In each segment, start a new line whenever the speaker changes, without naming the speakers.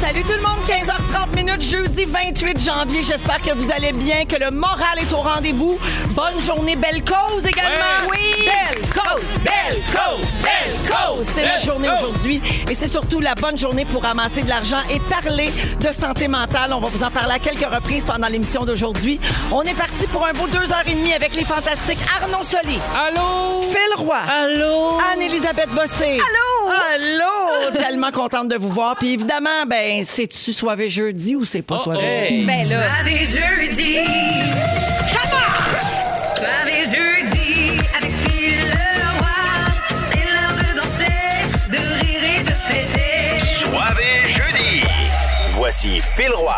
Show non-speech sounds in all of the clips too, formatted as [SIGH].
Salut tout le monde, 15h30 minutes, jeudi 28 janvier. J'espère que vous allez bien, que le moral est au rendez-vous. Bonne journée, belle cause également.
Ouais. Oui.
Belle cause, belle cause, belle cause. C'est notre journée aujourd'hui et c'est surtout la bonne journée pour amasser de l'argent et parler de santé mentale. On va vous en parler à quelques reprises pendant l'émission d'aujourd'hui. On est parti pour un beau deux heures et demie avec les fantastiques Arnaud Soli,
Allô?
Phil Roy,
Allô?
Anne-Elisabeth Bossé.
Allô? [LAUGHS]
Allô! Tellement contente de vous voir. Puis évidemment, ben, c'est-tu soirée jeudi ou c'est pas
Oh,
soirée
hey.
jeudi?
Ben là.
Soirée jeudi. Soirée jeudi avec Phil Leroy. C'est l'heure de danser, de rire et de fêter.
Soirée jeudi. Voici Phil Roy.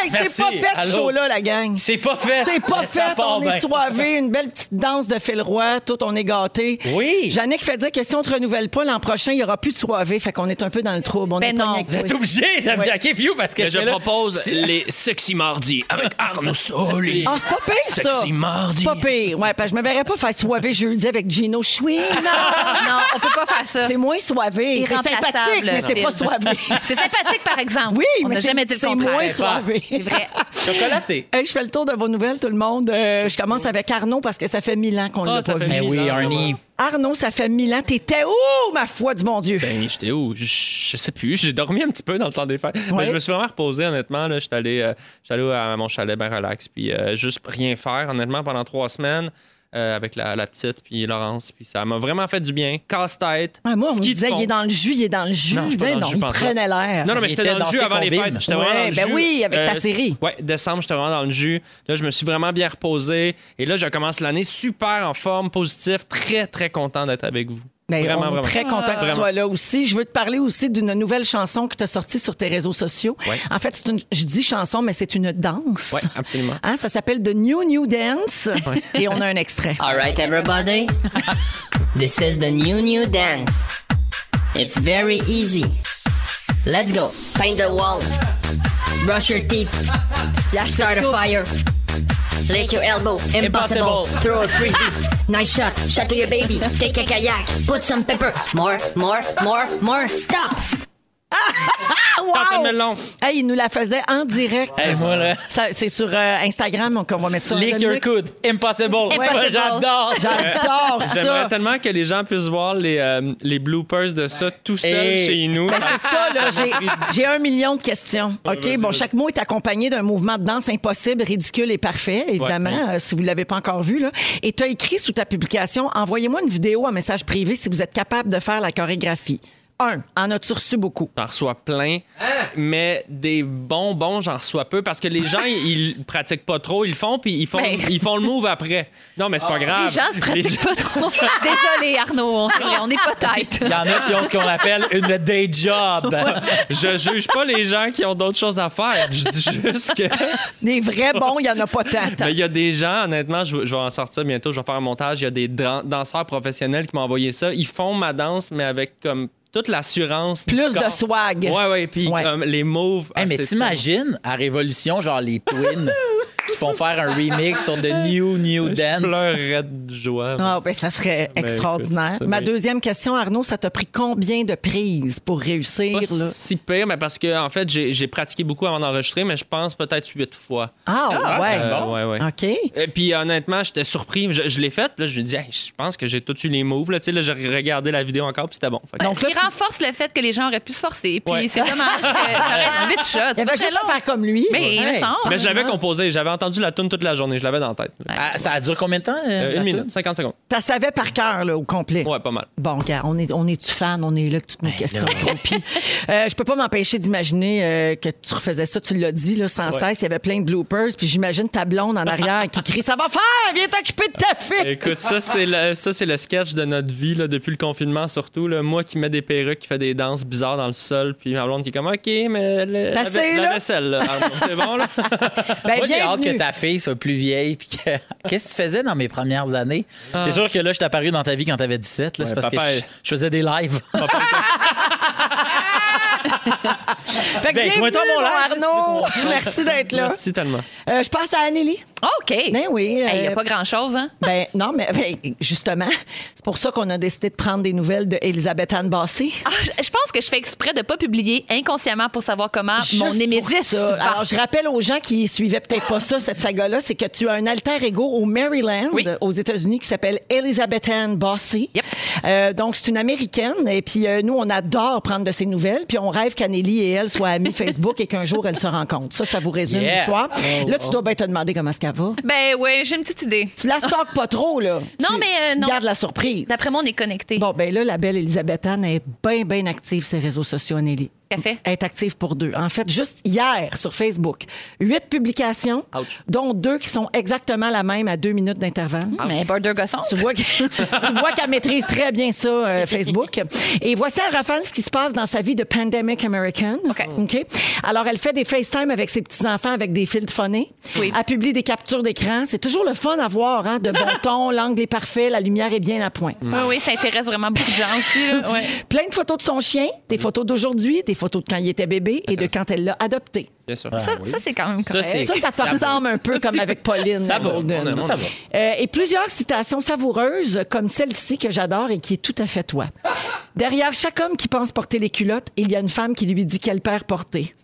Hey, Ben, c'est
Merci.
pas fait ce
Allô?
show-là, la gang.
C'est pas fait.
C'est pas
Mais ça
fait,
part
on est
bien.
soivé, une belle petite danse de Phil Roy, tout on est gâté.
Oui.
Jannick fait dire que si on te renouvelle pas l'an prochain, il y aura plus de soivé, fait qu'on est un peu dans le trouble. On
Ben
est pas
non.
avec
Vous êtes
toi.
obligés de me dire View parce que
Mais je
là-
propose
Si-
les Sexy Mardi
[LAUGHS]
avec Arnaud Soli.
Ah, c'est pas pire, ça.
Sexy mardi.
C'est pas pire. Ouais, parce que je me verrais pas faire soivé jeudi avec Gino Chouina.
Non, on peut pas faire ça.
C'est moins soivé. C'est
Irremplaçable,
sympathique, mais c'est
Phil.
pas soivé.
[LAUGHS] C'est sympathique, par exemple.
Oui,
on
mais
n'a
c'est-
jamais dit le
c'est
contraire.
moins
C'est
soivé.
C'est vrai.
Chocolaté.
[LAUGHS] Hey, je fais le tour de vos nouvelles, tout le monde. Euh, je commence avec Arnaud parce que ça fait mille ans qu'on ne
Ah,
l'a
ça
pas
fait
vu.
mille.
Ben oui, Arnie.
Arnaud, ça fait mille ans. T'étais où, ma foi du bon Dieu?
Ben, j'étais où? Je, je sais plus. J'ai dormi un petit peu dans le temps des fêtes.
Ouais.
Mais je me suis vraiment reposé, honnêtement. Là, j'étais, allé, euh, j'étais allé à mon chalet bien relax. Puis euh, juste rien faire, honnêtement, pendant trois semaines. euh, avec la, la petite, puis Laurence. Puis ça m'a vraiment fait du bien. Casse-tête.
Ah, moi, on me
ski de
disait,
fond.
il est dans le jus, il est dans le jus.
Non, je suis pas
ben
dans le
non,
jus,
il
pas en tout.
prenait l'air.
Non, non, mais
Il
j'étais
était
dans,
dans
le jus
ses
avant les
combines.
fêtes. J'étais
Ouais,
vraiment dans le
ben
jus. Euh,
oui, avec ta série.
Ouais, décembre, j'étais vraiment dans le jus. Là, je me suis vraiment bien reposé. Et là, je commence l'année super en forme, positif, très, très content d'être avec vous.
Ben,
vraiment,
on est
vraiment.
très content que tu
Vraiment.
sois là aussi. Je veux te parler aussi d'une nouvelle chanson que tu as sortie sur tes réseaux sociaux.
Ouais.
En fait, c'est une, je dis chanson, mais c'est une danse.
Ouais, absolument.
Hein, ça s'appelle The New New Dance. Et on a un extrait.
Ah,
Alright, everybody. this is the new, new dance. It's very easy. Let's go. Paint the wall. Brush your teeth. Let's start a fire. Lick your elbow. Impossible.
Impossible.
Throw a frisbee. [LAUGHS] nice shot. Shot to your baby. Take a kayak. Put some pepper. More, more, more, more. Stop.
Ah, wow!
Tentez le melon.
Hey, il nous la faisait en direct.
Eh, voilà.
Ça, c'est sur euh, Instagram donc on va mettre ça. en
Lick your
Dominique.
coude. Impossible. Moi, j'adore.
[LAUGHS]
J'adore
J'aimerais
ça.
tellement que les gens puissent voir les, euh, les bloopers de ça tout seul
Et-
chez nous.
Ben, c'est ça, là. J'ai, j'ai un million de questions. OK? Bon, chaque mot est accompagné d'un mouvement de danse impossible, ridicule et parfait, évidemment, euh, si vous ne l'avez pas encore vu. Là. Et tu as écrit sous ta publication Envoyez-moi une vidéo, un message privé si vous êtes capable de faire la chorégraphie. Un, en as-tu reçu beaucoup?
J'en reçois plein, mais des bonbons, j'en reçois peu parce que les gens, ils ils pratiquent pas trop, ils le font, puis ils font,
Ben.
ils font le move après. Non, mais c'est pas grave.
Les gens se pratiquent pas trop. Désolé, Arnaud, on, s'est- on est pas tête.
[LAUGHS]
Il y en a qui ont ce qu'on appelle une day job.
Je juge pas les gens qui ont d'autres choses à faire. Je dis juste que.
Des vrais bons, il n'y en a
[LAUGHS]
pas tant.
Mais il y a des gens, honnêtement, je, vais- je vais en sortir bientôt, je vais faire un montage. Il y a des dran- danseurs professionnels qui m'ont envoyé ça. Ils font ma danse, mais avec comme toute l'assurance. du
Plus de
corps.
swag.
Ouais, ouais. Puis
Ouais.
comme les moves.
Hey,
ah,
mais
c'est
t'imagines à Révolution, genre les Twins
[LAUGHS]
qui font faire un remix sur The New New
tellement-
Dance.
Je pleurerais de joie.
Ah, ben, ça serait
Ben,
extraordinaire.
écoute, ça,
Ma
oui.
deuxième question, Arnaud, ça t'a pris combien de prises pour réussir?
Pas
là?
si pire, mais parce que en fait, j'ai j'ai pratiqué beaucoup avant d'enregistrer, mais je pense peut-être huit fois. Euh,
Ah, ouais.
c'est bon.
ouais, ouais.
OK.
Et puis honnêtement, j'étais surpris. Je, je l'ai fait, puis là, je me dis, Hey, je pense que j'ai tout eu les moves. Là, Tu sais, là, j'ai regardé la vidéo encore, puis c'était bon. Fait que-
Donc, il renforce le fait que les gens auraient pu se forcer. Puis
Ouais.
c'est dommage que t'aurais envie de shot.
Il y avait juste à faire comme lui.
Mais il me
Ouais.
semble.
Mais je l'avais composé, j'avais entendu la tune toute la journée, je l'avais dans la tête.
Ah, ça a duré combien de temps? euh,
Euh,
la
une
tune?
minute, 50 secondes.
T'as savais par cœur, là, au complet.
Ouais, pas mal.
Bon, gars, on est, on est fan, on est là que toutes nos questions croupillent. Euh, je peux pas m'empêcher d'imaginer euh, que tu refaisais ça, tu l'as dit, là, sans cesse. Il y avait plein de bloopers, puis j'imagine ta blonde en arrière qui crie Ça va faire, viens t'occuper de ta fille.
Écoute, ça, c'est le, ça, c'est le sketch de notre vie, là, depuis le confinement surtout. Là. Moi qui mets des perruques, qui fait des danses bizarres dans le sol, puis ma blonde qui est comme OK, mais le-
T'as
la,
assez,
la
là?
vaisselle, là. Ah, bon, c'est bon, là.
Ben,
Moi, j'ai hâte que
bienvenue.
tu ta fille soit plus vieille. Puis que- [LAUGHS] Qu'est-ce que tu faisais dans mes premières années? C'est sûr que là, je t'ai apparu dans ta vie quand t'avais 17. là, c'est
Ouais,
parce
papa
que je,
est-
je faisais des [LAUGHS] lives.
Fait que
Ben, je
bienvenue,
vais être en mon live,
Arnaud. Merci d'être là.
Merci tellement.
Euh, je passe à Anneli.
OK.
Ben oui.
Hey, Il n'y a
euh,
pas grand-chose, hein?
Ben non, mais ben, justement, c'est pour ça qu'on a décidé de prendre des nouvelles de Elisabeth Anne Bassé.
Ah, je, je pense que je fais exprès de ne pas publier inconsciemment pour savoir comment
Juste
Ah, mon
pour
némésis
ça.
va.
Alors, je rappelle aux gens qui suivaient peut-être pas ça, cette saga-là, c'est que tu as un alter ego au Maryland,
Oui.
aux États-Unis, qui s'appelle Elizabeth Ann Bossy.
Yep.
Euh, donc, c'est une Américaine. Et puis, euh, nous, on adore prendre de ses nouvelles. Puis, on rêve qu'Anneli et elle
[LAUGHS]
soient amies Facebook et qu'un jour, elles se rencontrent. Ça, ça vous résume
Yeah.
l'histoire.
Oh,
Là, tu dois bien te demander comment est-ce qu'elle va.
Ben oui, j'ai une petite idée.
Tu la stalkes pas trop, là.
Non,
Tu-
mais, euh,
tu
non.
gardes la surprise.
D'après moi, on est connectés.
Bon, ben là, la belle Elisabeth Anne est bien, bien active ses réseaux sociaux, Nelly.
Qu'elle fait?
Elle est active pour deux. En fait, juste hier, sur Facebook, huit publications, dont deux qui sont exactement la même à deux minutes d'intervalle.
Ah, Mais border gosson. [LAUGHS]
Tu vois que- tu vois qu'elle maîtrise très bien ça, euh, Facebook. Et voici à Raphaël ce qui se passe dans sa vie de Pandemic American.
OK.
OK. Alors, elle fait des FaceTime avec ses petits-enfants avec des filtres phonés.
Oui.
Elle publie des captures d'écran. C'est toujours le fun à voir, hein,
[LAUGHS]
de bon ton, l'angle est parfait, la lumière est bien à point.
Oui, oui, ça intéresse vraiment beaucoup de gens aussi. là.
[LAUGHS]
Ouais.
Plein de photos de son chien, des photos d'aujourd'hui, des photos de quand il était bébé et de quand elle l'a adopté. Euh,
Bien sûr.
Ça, ça, c'est quand même correct.
c'est-
Ça, ça te
Ça va.
ressemble un peu comme avec Pauline
Ça va.
Golden.
Non, non, ça va.
Euh, et plusieurs citations savoureuses comme celle-ci que j'adore et qui est tout à fait toi. Derrière chaque homme qui pense porter les culottes, il y a une femme qui lui dit quelle paire porter.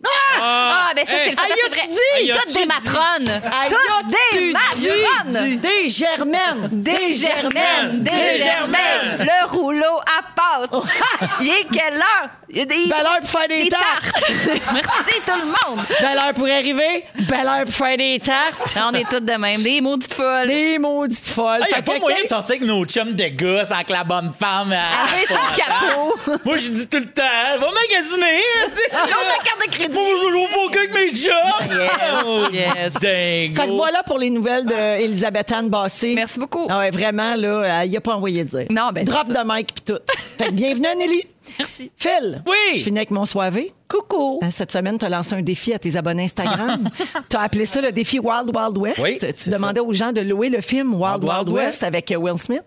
Ah, ben ça, c'est le fait.
Aïe,
c'est
tu
vrai.
dis!
Toutes des matrones.
Aïe,
Toutes des
tu dis,
matrones.
Des germaines!
Des germaines, des germaines, le rouleau à pâte. [LAUGHS] Il est quelle heure? Il y a des,
Belle heure pour faire des
des
tartes!
tartes. [LAUGHS] Merci tout le monde.
Belle heure pour arriver! Belle heure pour faire des tartes!
on est toutes de même, des maudites folles.
Des maudites folles!
Il n'y
Fait
Ah, a pas
que
moyen
quel-
de sortir avec nos chums de gosses avec la bonne femme. à-
Avec son [LAUGHS] capot.
Moi, je dis tout le temps, va magasiner. hein, c'est-
Ils ont ta carte de crédit.
Faut faut- faut que avec mes chums. Oh,
Yes.
Fait que
Dingo.
voilà pour les nouvelles d'Elisabeth Anne Bassé.
Ah. Merci beaucoup.
Ah ouais, vraiment, là, il n'y a pas envoyé de dire.
Non, ben,
Drop
c'est ça.
de mic puis tout. Fait que bienvenue, Nelly.
[LAUGHS] Merci.
Phil.
Oui.
Je finis avec mon soivé.
Coucou.
Hein, Cette semaine, tu as lancé un défi à tes abonnés
[LAUGHS]
Instagram. tu as appelé ça le défi Wild Wild West.
Oui,
tu
c'est
demandais aux gens de louer le film Wild Wild,
Wild Wild
West,
West.
avec Will Smith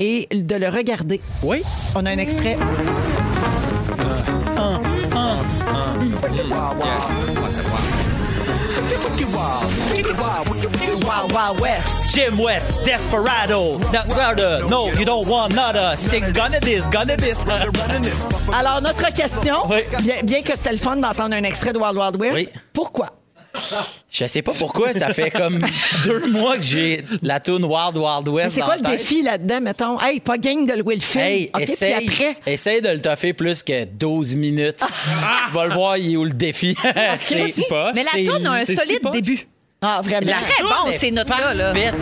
et de le regarder.
Oui.
On a un extrait. Wild Wild West.
Jim West, Desperado, not rather, no, you don't want nada, six gonna this, gonna this.
Alors, notre question,
Oui.
bien, bien que c'était le fun d'entendre un extrait de Wild Wild West,
Oui.
pourquoi?
Je sais pas pourquoi, ça fait
[LAUGHS]
comme deux mois que j'ai la tune Wild Wild
Mais
West
C'est
dans
quoi
la
le
tête.
défi là-dedans, mettons? Hey, pas gang de louer le film.
Hey,
OK, puis
essaye,
après...
essaye de le toffer plus que 12 minutes.
Ah!
tu vas le voir, il est où le défi. [LAUGHS] C'est-
si pas.
Mais la
c'est-
tourne a un
c'est si
solide
pas.
début.
Ah, vraiment?
La
Très
toune
bon,
est
ces notes-là, là.
parfaite.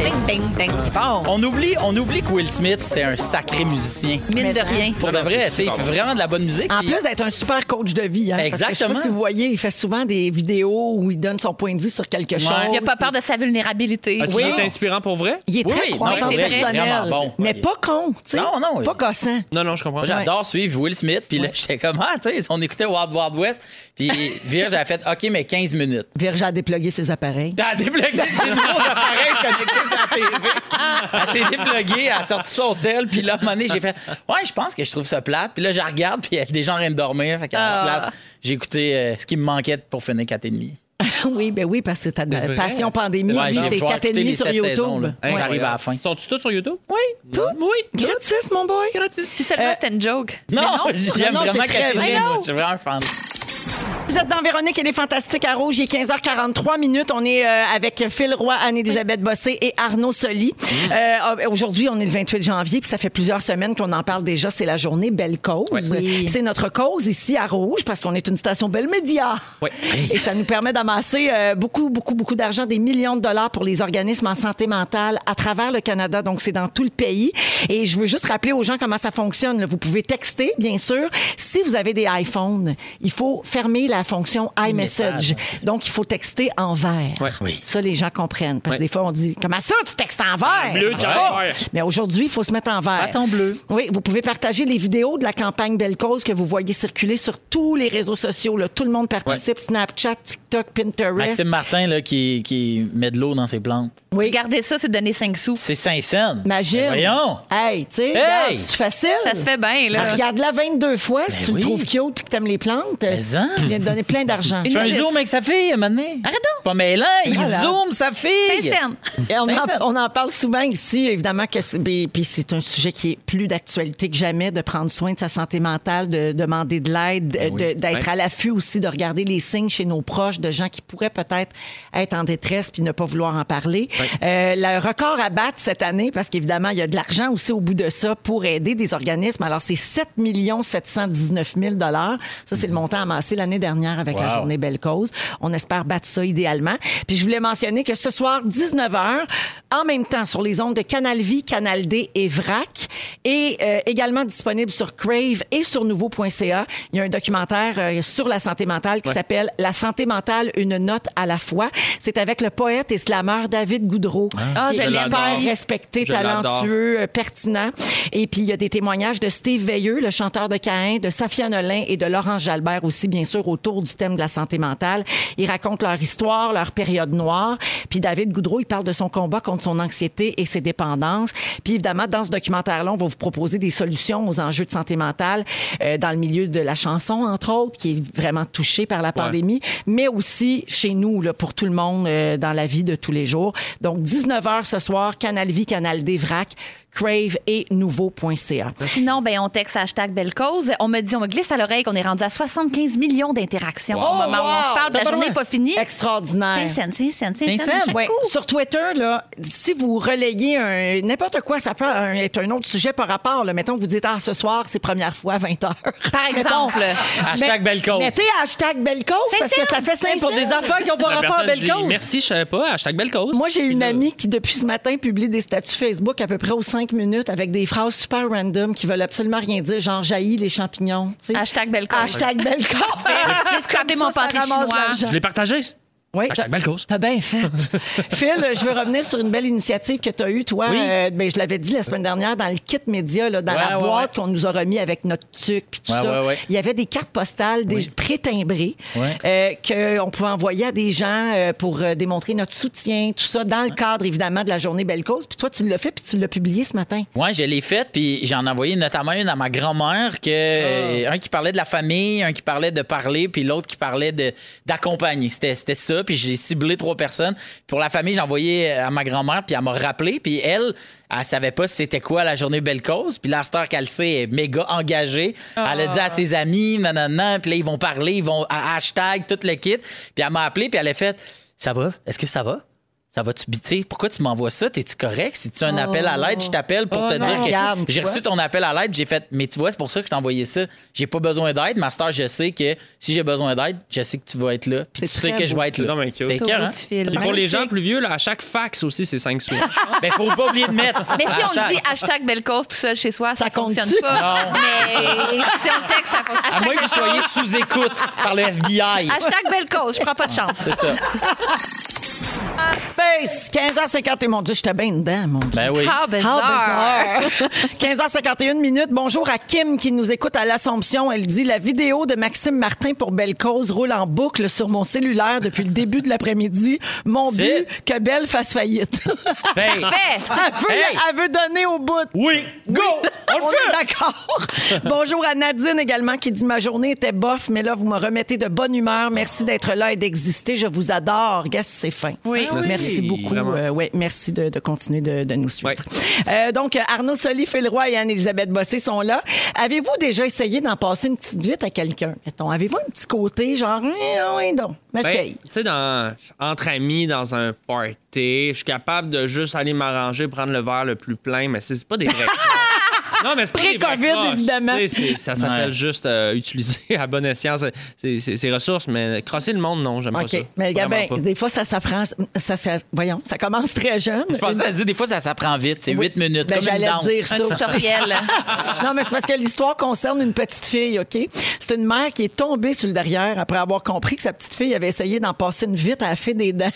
Et
Ding, ding, ding. Bon.
On oublie, on oublie que Will Smith, c'est un sacré musicien.
Mine de rien.
Pour de
Ah non,
vrai,
c'est
tu sais, il
super
fait
bon.
vraiment de la bonne musique.
En
puis-
plus d'être un super coach de vie. Hein, parce que je sais
Exactement.
pas si vous voyez, il fait souvent des vidéos où il donne son point de vue sur quelque chose.
Il n'a pas peur de sa vulnérabilité.
Est-ce qu'il est inspirant pour vrai?
Il est
Oui,
très
oui,
croyant
non,
c'est vrai,
personnel.
vraiment bon.
Mais
Oui.
pas con, tu sais.
Non, non,
Pas
il-
gossant.
Non, non, je comprends. Hein,
Moi, j'adore suivre Will Smith. Puis là, j'étais comme, ah, tu sais, on écoutait Wild Wild West. Puis Virge a fait, OK, mais 15 minutes.
Virge a déplugué ses appareils.
Elle a déplugué ses nouveaux appareils connectés à sa TV. Elle s'est dépluguée, elle a sorti son sel. Puis là, à un moment donné, j'ai fait, ouais, je pense que je trouve ça plate. Puis là, je la regarde, puis elle est déjà en train de dormir. Fait qu'à
Ah.
la place, j'ai écouté euh, ce qui me manquait pour finir 4,5.
[LAUGHS] oui, ben oui, parce que ta
vrai.
passion pandémie,
Ouais,
lui,
j'ai-
c'est
je vais
4,5
écouter les
sur
sept
YouTube.
saisons, là.
Ouais.
J'arrive à la fin.
Sont-tu tous sur YouTube?
Oui, tout.
Oui.
Gratis, mon boy.
Si seulement c'était une joke.
Non,
Non,
[LAUGHS] j'aime
non,
vraiment
c'est très
Catherine.
vrai.
moi. Je suis vraiment un fan.
Vous êtes dans Véronique et les Fantastiques à Rouge. Il est 15h43 minutes. On est euh, avec Phil Roy, Anne-Élisabeth Bossé et Arnaud Soli. Euh, Aujourd'hui, on est le 28 janvier, puis ça fait plusieurs semaines qu'on en parle déjà. C'est la journée Belle Cause. Puis C'est notre cause ici à Rouge parce qu'on est une station Belle Média.
Oui.
Et ça nous permet d'amasser euh, beaucoup, beaucoup, beaucoup d'argent, des millions de dollars pour les organismes en santé mentale à travers le Canada. Donc, c'est dans tout le pays. Et je veux juste rappeler aux gens comment ça fonctionne. là. Vous pouvez texter, bien sûr. Si vous avez des iPhones, il faut fermer la la fonction
Message,
iMessage.
c'est ça.
Donc, il faut texter en vert.
Ouais. Oui.
Ça, les gens comprennent. Parce que
Ouais.
des fois, on dit Comment ça, tu textes en vert
bleu, tu
Ah,
vas en
bon.
vert.
Mais aujourd'hui, il faut se mettre en vert.
Bâton bleu.
Oui, vous pouvez partager les vidéos de la campagne Belle Cause que vous voyez circuler sur tous les réseaux sociaux. là. Tout le monde participe Snapchat, TikTok, Pinterest.
Maxime Martin, là, qui, qui met de l'eau dans ses plantes.
Oui.
Regardez ça, c'est donner 5 sous.
C'est Saint-Saëns. Ben
Imagine.
Voyons.
Hey, tu sais,
Hey!
regarde, c'est facile.
Ça se fait bien, là.
Regarde-la 22 fois si
Ben
tu
oui.
le trouves cute et que t'aimes les plantes.
Mais hein? en.
Tu viens de donner plein d'argent.
Je fais un
Une-
zoom avec sa fille, Mané.
Arrête donc.
Pas mêlant, il
Voilà.
zoome sa fille.
Sincère.
Et on, en,
Sincère.
on en parle souvent ici, évidemment, que c'est, ben, puis c'est un sujet qui est plus d'actualité que jamais, de prendre soin de sa santé mentale, de demander de l'aide, de- de- d'être
Ouais.
à l'affût aussi, de regarder les signes chez nos proches, de gens qui pourraient peut-être être en détresse puis ne pas vouloir en parler. Euh, le record à battre cette année, parce qu'évidemment, il y a de l'argent aussi au bout de ça pour aider des organismes. Alors, c'est 7 719 000 Ça, c'est le montant amassé l'année dernière avec la
Wow.
journée Belle Cause. On espère battre ça idéalement. Puis je voulais mentionner que ce soir, 19h, en même temps, sur les ondes de Canal Vie, Canal D et VRAC, et euh, également disponible sur Crave et sur nouveau.ca, il y a un documentaire euh, sur la santé mentale qui s'appelle La santé mentale, une note à la fois. C'est avec le poète et slameur David Goudreau.
Ah,
qui est
je l'aime.
hyper respecté,
Je l'adore.
talentueux, euh, pertinent. Et puis, il y a des témoignages de Steve Veilleux, le chanteur de Caïn, de Safia Nolin et de Laurent Jalbert aussi, bien sûr, autour du thème de la santé mentale. Ils racontent leur histoire, leur période noire. Puis David Goudreau, il parle de son combat contre son anxiété et ses dépendances. Puis évidemment, dans ce documentaire-là, on va vous proposer des solutions aux enjeux de santé mentale euh, dans le milieu de la chanson, entre autres, qui est vraiment touché par la pandémie, mais aussi chez nous, là, pour tout le monde, euh, dans la vie de tous les jours. Donc, 19h ce soir, Canal Vie, Canal D, VRAC, Crave et nouveau.ca.
Sinon, ben, on texte hashtag Belle Cause. On me dit, on me glisse à l'oreille qu'on est rendu à 75 millions d'interactions au moment où on se parle. La journée n'est Oh, pas finie.
Extraordinaire.
Saint-Saëns, Saint-Saëns, Saint-Saëns,
Saint-Saëns,
à chaque
Ouais.
coup.
Sur Twitter, là, si vous relayez un- n'importe quoi, ça peut un- être un autre sujet par rapport. Là. Mettons que vous dites Ah, ce soir, c'est première fois, 20h. [LAUGHS]
Par exemple.
Hashtag belle cause.
Mais tu sais, hashtag belle cause, parce que ça fait simple
Pour des enfants qui n'ont pas
La
rapport à
personne
belle
dit,
cause.
Merci, je savais pas. Hashtag belle cause.
Moi, j'ai une amie qui, depuis ce matin, publie des statuts Facebook à peu près aux 5 minutes avec des phrases super random qui veulent absolument rien dire, genre jaillit les champignons. tu sais.
Hashtag belle cause.
Hashtag belle cause.
J'ai [LAUGHS] scrapé mon pâté chinois.
Je l'ai partagé.
Oui,
Hashtag
t'as-
belle cause.
T'as bien
[LAUGHS]
fait. Phil, je veux revenir sur une belle initiative que tu as eue, toi.
Oui.
Euh, ben, je l'avais dit la semaine dernière dans le kit média, là, dans
Ouais,
la
ouais,
boîte
ouais.
qu'on nous a remis avec notre tuc puis tout
Ouais,
ça.
ouais, ouais.
Il y avait des cartes postales des pré-timbrées euh, qu'on pouvait envoyer à des gens euh, pour euh, démontrer notre soutien, tout ça, dans le cadre, évidemment, de la journée Belle Cause. Puis toi, tu l'as fait puis tu l'as publié ce matin.
Oui, je l'ai faite, puis j'en ai envoyé notamment une à ma grand-mère, que euh, un qui parlait de la famille, un qui parlait de parler, puis l'autre qui parlait de d'accompagner. C'était c'était ça, puis j'ai ciblé trois personnes. Pour la famille, j'ai envoyé euh, à ma grand-mère, puis elle m'a rappelé, puis elle, elle savait pas c'était quoi la journée Belle Cause, puis la star qu'elle sait est méga engagée. Elle a dit à ses amis, nanana, puis là, ils vont parler, ils vont à hashtag, tout le kit. Puis elle m'a appelé, puis elle a fait « Ça va? Est-ce que ça va? » Ça va-tu bi- tu sais, Pourquoi tu m'envoies ça? T'es-tu correct? Si tu as un appel à l'aide, je t'appelle pour te dire
Regarde,
que
tu
j'ai
vois.
reçu ton appel à l'aide. J'ai fait, mais tu vois, c'est pour ça que je t'ai envoyé ça. J'ai pas besoin d'aide. Master, je sais que si j'ai besoin d'aide, je sais que tu vas être là. Puis tu
C'est
sais
très
que je
beau.
vais être
C'est
là.
donc bien cute.
C'était
C'est au
écœurant,
bout du
hein?
fil.
Et pour les gens
Magnifique.
plus vieux, là, à chaque fax aussi, c'est 5 sous.
Ben, faut pas oublier de mettre.
[LAUGHS] Mais si on
Hashtag.
le dit hashtag belle cause tout seul chez soi, ça,
Ça compte-tu?
fonctionne pas. Mais si on le texte, ça fonctionne.
À
Hashtag,
moins que vous soyez sous écoute par le FBI.
hashtag belle cause, je prends pas de chance.
C'est ça.
Face, 15h50, et mon Dieu, j'étais bien dedans, mon Dieu.
Ben oui.
How bizarre.
[LAUGHS]
15h51 minutes. Bonjour à Kim qui nous écoute à l'Assomption. Elle dit la vidéo de Maxime Martin pour Belle Cause roule en boucle sur mon cellulaire depuis le début de l'après-midi. Mon
C'est-
but, que Belle fasse faillite. [LAUGHS]
Fait.
Ben,
Elle veut,
Hey!
elle veut donner au bout.
oui, go! On le
On est
fait!
d'accord. Bonjour à Nadine également qui dit ma journée était bof, mais là vous me remettez de bonne humeur. Merci d'être là et d'exister. Je vous adore. Guess c'est fin. Ah
Oui.
oui.
Merci beaucoup.
Vraiment.
Euh, ouais, merci de, de continuer de, de nous suivre.
Ouais.
Euh, donc euh, Arnaud Soli, Phil Roy et Anne-Elisabeth Bossé sont là. Avez-vous déjà essayé d'en passer une petite vite à quelqu'un Mettons, avez-vous un petit côté genre Eh, ah ouais, donc,
Ben,
m'essaye.
tu sais, dans- entre amis, dans un party, je suis capable de juste aller m'arranger, prendre le verre le plus plein, mais c'est c'est pas
[LAUGHS]
des vrais crushs. Non, mais c'est pas des vrais
Pré-COVID,
crushs.
évidemment.
Tu sais, c'est- Ça s'appelle
Ouais.
juste euh, utiliser à bon escient ses- ses ses- ses ressources, mais crosser le monde, non, j'aime
OK.
pas ça.
Mais gars,
Vraiment
ben,
pas.
des fois, ça s'apprend. Ça, ça- voyons, ça commence très jeune.
Je pensais à dire, des fois, ça s'apprend vite. C'est 8 minutes,
Ben,
comme une
j'allais
danse.
dire
Un
[LAUGHS] ça.
tutoriel.
non, mais c'est parce que l'histoire concerne une petite fille, OK? C'est c'est une mère qui est tombée sur le derrière après avoir compris que sa petite fille avait essayé d'en passer une vite à la fille des dents.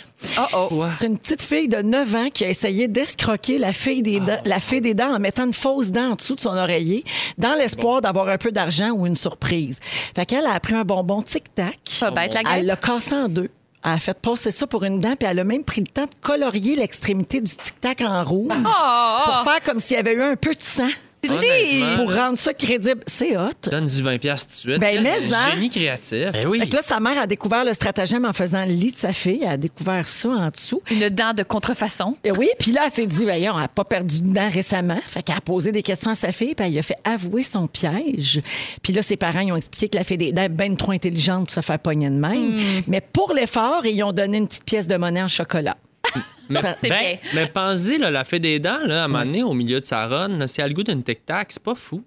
Oh, oh.
C'est une petite fille de 9 ans qui a essayé d'escroquer la fille des dents, la fille des dents en mettant une fausse dent en dessous de son oreiller dans l'espoir d'avoir un peu d'argent ou une surprise. Fait qu'elle a pris un bonbon tic-tac.
Pas bête, la
Elle
gueule.
l'a cassé en deux. Elle a fait passer ça pour une dent, puis elle a même pris le temps de colorier l'extrémité du tic-tac en rouge pour faire comme s'il y avait eu un peu de sang
Honnêtement.
pour rendre ça crédible. C'est hot.
Donne-y 20$ piastres tout de suite.
Ben, mais
Quel
ça.
Génie créatif.
Ben oui.
Fait que là, sa mère a découvert le stratagème en faisant le lit de sa fille. Elle a découvert ça en dessous.
Une dent de contrefaçon.
Et oui, puis là, elle s'est dit, ben, voyons, elle n'a pas perdu de dents récemment. Fait qu'elle a posé des questions à sa fille, puis elle lui a fait avouer son piège. Puis là, ses parents, ils ont expliqué que la fille des dents est ben trop intelligente pour se faire pogner de même.
Hmm.
Mais pour l'effort, ils ont donné une petite pièce de monnaie en chocolat. [LAUGHS]
Mais,
C'est
Ben,
bien.
mais pensez, là, la fée des dents, là, à un moment donné, au milieu de sa run, là, si elle a le goût d'une tic-tac, c'est pas fou.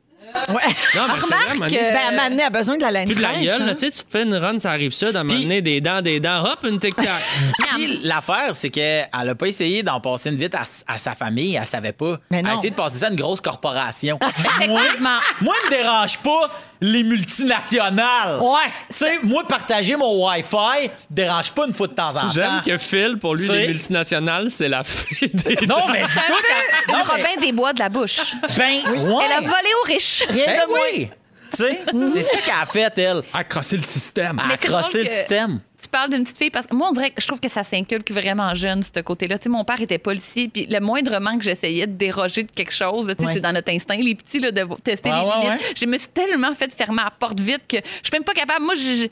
Ouais.
Non, mais c'est vrai, à un moment donné,
Ben, elle m'a amené, elle a besoin de la laine
plus de la
fraîche,
gueule, là,
hein.
tu sais, tu te fais une run, ça arrive ça, d'en
Puis-
m'amener des dents, des dents, hop, une tic-tac.
Puis l'affaire, c'est qu'elle n'a pas essayé d'en passer une vite à, à sa famille, elle savait pas.
Mais
Elle
non.
a essayé de passer ça à une grosse
[LAUGHS]
corporation.
Effectivement.
moi, ne me dérange pas les multinationales.
Ouais.
Tu sais, moi, partager mon Wi-Fi dérange pas une fois de temps en temps.
[LAUGHS] J'aime que Phil, pour lui,
Tu sais-
les multinationales, c'est la fée [LAUGHS] des dents.
Non, mais dis-toi
C'est un peu une
quand- non, mais-
Robin des Bois de la bouche.
Ben, ouais.
Elle a volé aux riches.
Ben oui. Tu sais, c'est ça qu'elle a fait, elle.
Accrocher le système.
Elle a
Mais c'est
crossé
drôle
le
que-
système.
Tu parles d'une petite fille parce que moi, on dirait que je trouve que ça s'inculque vraiment jeune, ce côté-là. Tu sais, mon père était policier, puis le moindrement que j'essayais de déroger de quelque chose, là, tu sais,
Ouais.
c'est dans notre instinct, les petits, là, de vo- tester
Ouais,
les
ouais,
limites.
ouais.
Je me suis tellement fait fermer la porte vite que je suis même pas capable. Moi, je. je-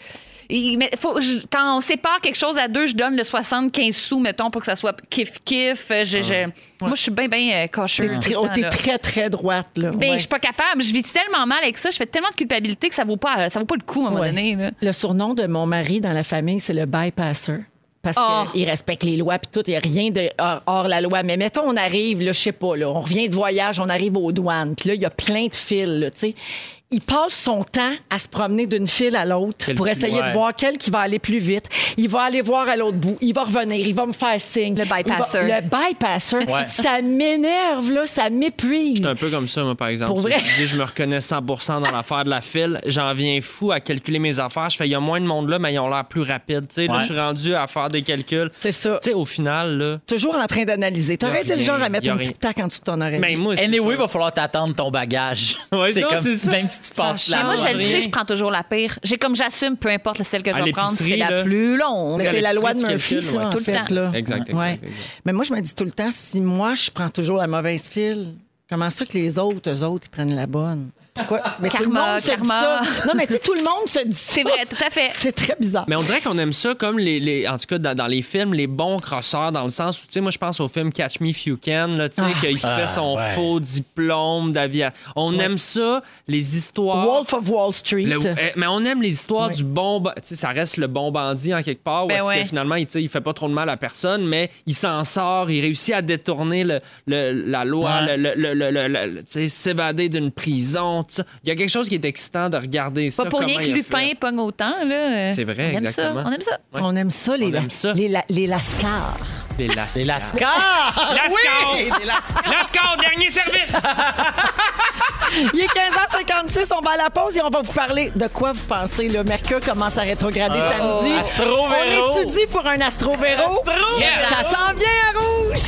il- mais faut, je- quand on sépare quelque chose à deux, je donne le 75 sous, mettons, pour que ça soit kiff-kiff. Je, je- Moi, je suis bien, bien cocheur. tout
Très-
le
oh,
temps,
T'es
là.
très, très droite, là.
Ben,
Ouais.
je suis pas capable. Je vis tellement mal avec ça. Je fais tellement de culpabilité que ça vaut pas, ça vaut pas le coup à un moment
Ouais.
donné. là.
Le surnom de mon mari dans la famille, c'est le bypasser. Parce
Oh.
qu'il respecte les lois, puis tout, il n'y a rien de hors, hors la loi. Mais mettons, on arrive, là, je sais pas, là, on revient de voyage, on arrive aux douanes, puis là, il y a plein de fils, là, tu sais. Il passe son temps à se promener d'une file à l'autre
Quel
pour
cul-
essayer
ouais.
de voir quel qui va aller plus vite. Il va aller voir à l'autre bout, il va revenir, il va me faire signe.
Le bypasser.
Il va- Le bypasser.
Ouais.
Ça m'énerve, là, ça m'épuise.
C'est un peu comme ça, moi, par exemple.
Pour
Tu sais,
vrai?
Je, dis, je me reconnais 100 dans l'affaire de la file. J'en viens fou à calculer mes affaires. Je fais, il y a moins de monde là, mais ils ont l'air plus rapides. Tu sais, Là,
Ouais.
je suis rendu à faire des calculs.
C'est ça.
Tu sais, au final, là.
Toujours en train d'analyser.
Y a
T'aurais été le
rien,
genre à mettre
y a
une
rien.
petite tac en dessous de ton oreille.
Mais moi, c'est
Anyway,
ça.
va falloir t'attendre ton bagage.
Ouais,
Tu sais,
non,
comme-
c'est ça.
Même si tu
Ça
passes la
Mais moi,
Ah,
je le
rien.
sais, je prends toujours la pire. J'ai comme j'assume, peu importe celle que je
À
vais prendre,
l'épicerie,
c'est la
là.
plus longue.
Mais c'est la loi de
l'épicerie,
Murphy,
tu calcules,
ça,
ouais,
en
tout le
fait.
temps.
Là.
Exact, exact,
Ouais.
exact.
Mais moi, je me dis tout le temps, si moi, je prends toujours la mauvaise file, comment ça que les autres, eux autres, ils prennent la bonne? Pourquoi? Mais tout le
Karma,
monde se dit
karma.
ça. Non, mais tu sais, tout le monde se dit ça.
C'est vrai, tout à fait.
C'est très bizarre.
Mais on dirait qu'on aime ça comme les, les- en tout cas dans, dans les films les bons crosseurs dans le sens où tu sais moi je pense au film Catch Me If You Can là tu sais
Ah.
qu'il se fait son
ouais.
faux diplôme d'aviation. On aime ça les histoires
Wolf of Wall Street.
Le- eh, mais on aime les histoires du bon. ba- tu sais, Ça reste le bon bandit en quelque part. où
Ben
est-ce
ouais.
que finalement, il, tu sais, il fait pas trop de mal à personne, mais il s'en sort, il réussit à détourner le, le- la loi,
Ouais.
le- le- le- le- le- le- tu sais, s'évader d'une prison. tout ça. Il y a quelque chose qui est excitant de regarder ça.
Pas pour rien
comment
que
il a
Lupin
fait.
pogne autant. Là.
C'est vrai,
on aime
exactement.
Ça. On aime ça.
Ouais.
On aime ça, les,
On aime ça.
les, la- les lascars.
Les Lascars.
[LAUGHS]
Les Lascars!
Lascars!
Oui! Les Lascars!
Lascars, dernier service!
Il est 15h56, on va à la pause et on va vous parler de quoi vous pensez. Le Mercure commence à rétrograder
Euh,
samedi.
Astro-Véro.
On étudie pour un Astro-Véro.
Astro-Véro.
Ça s'en vient à rouge.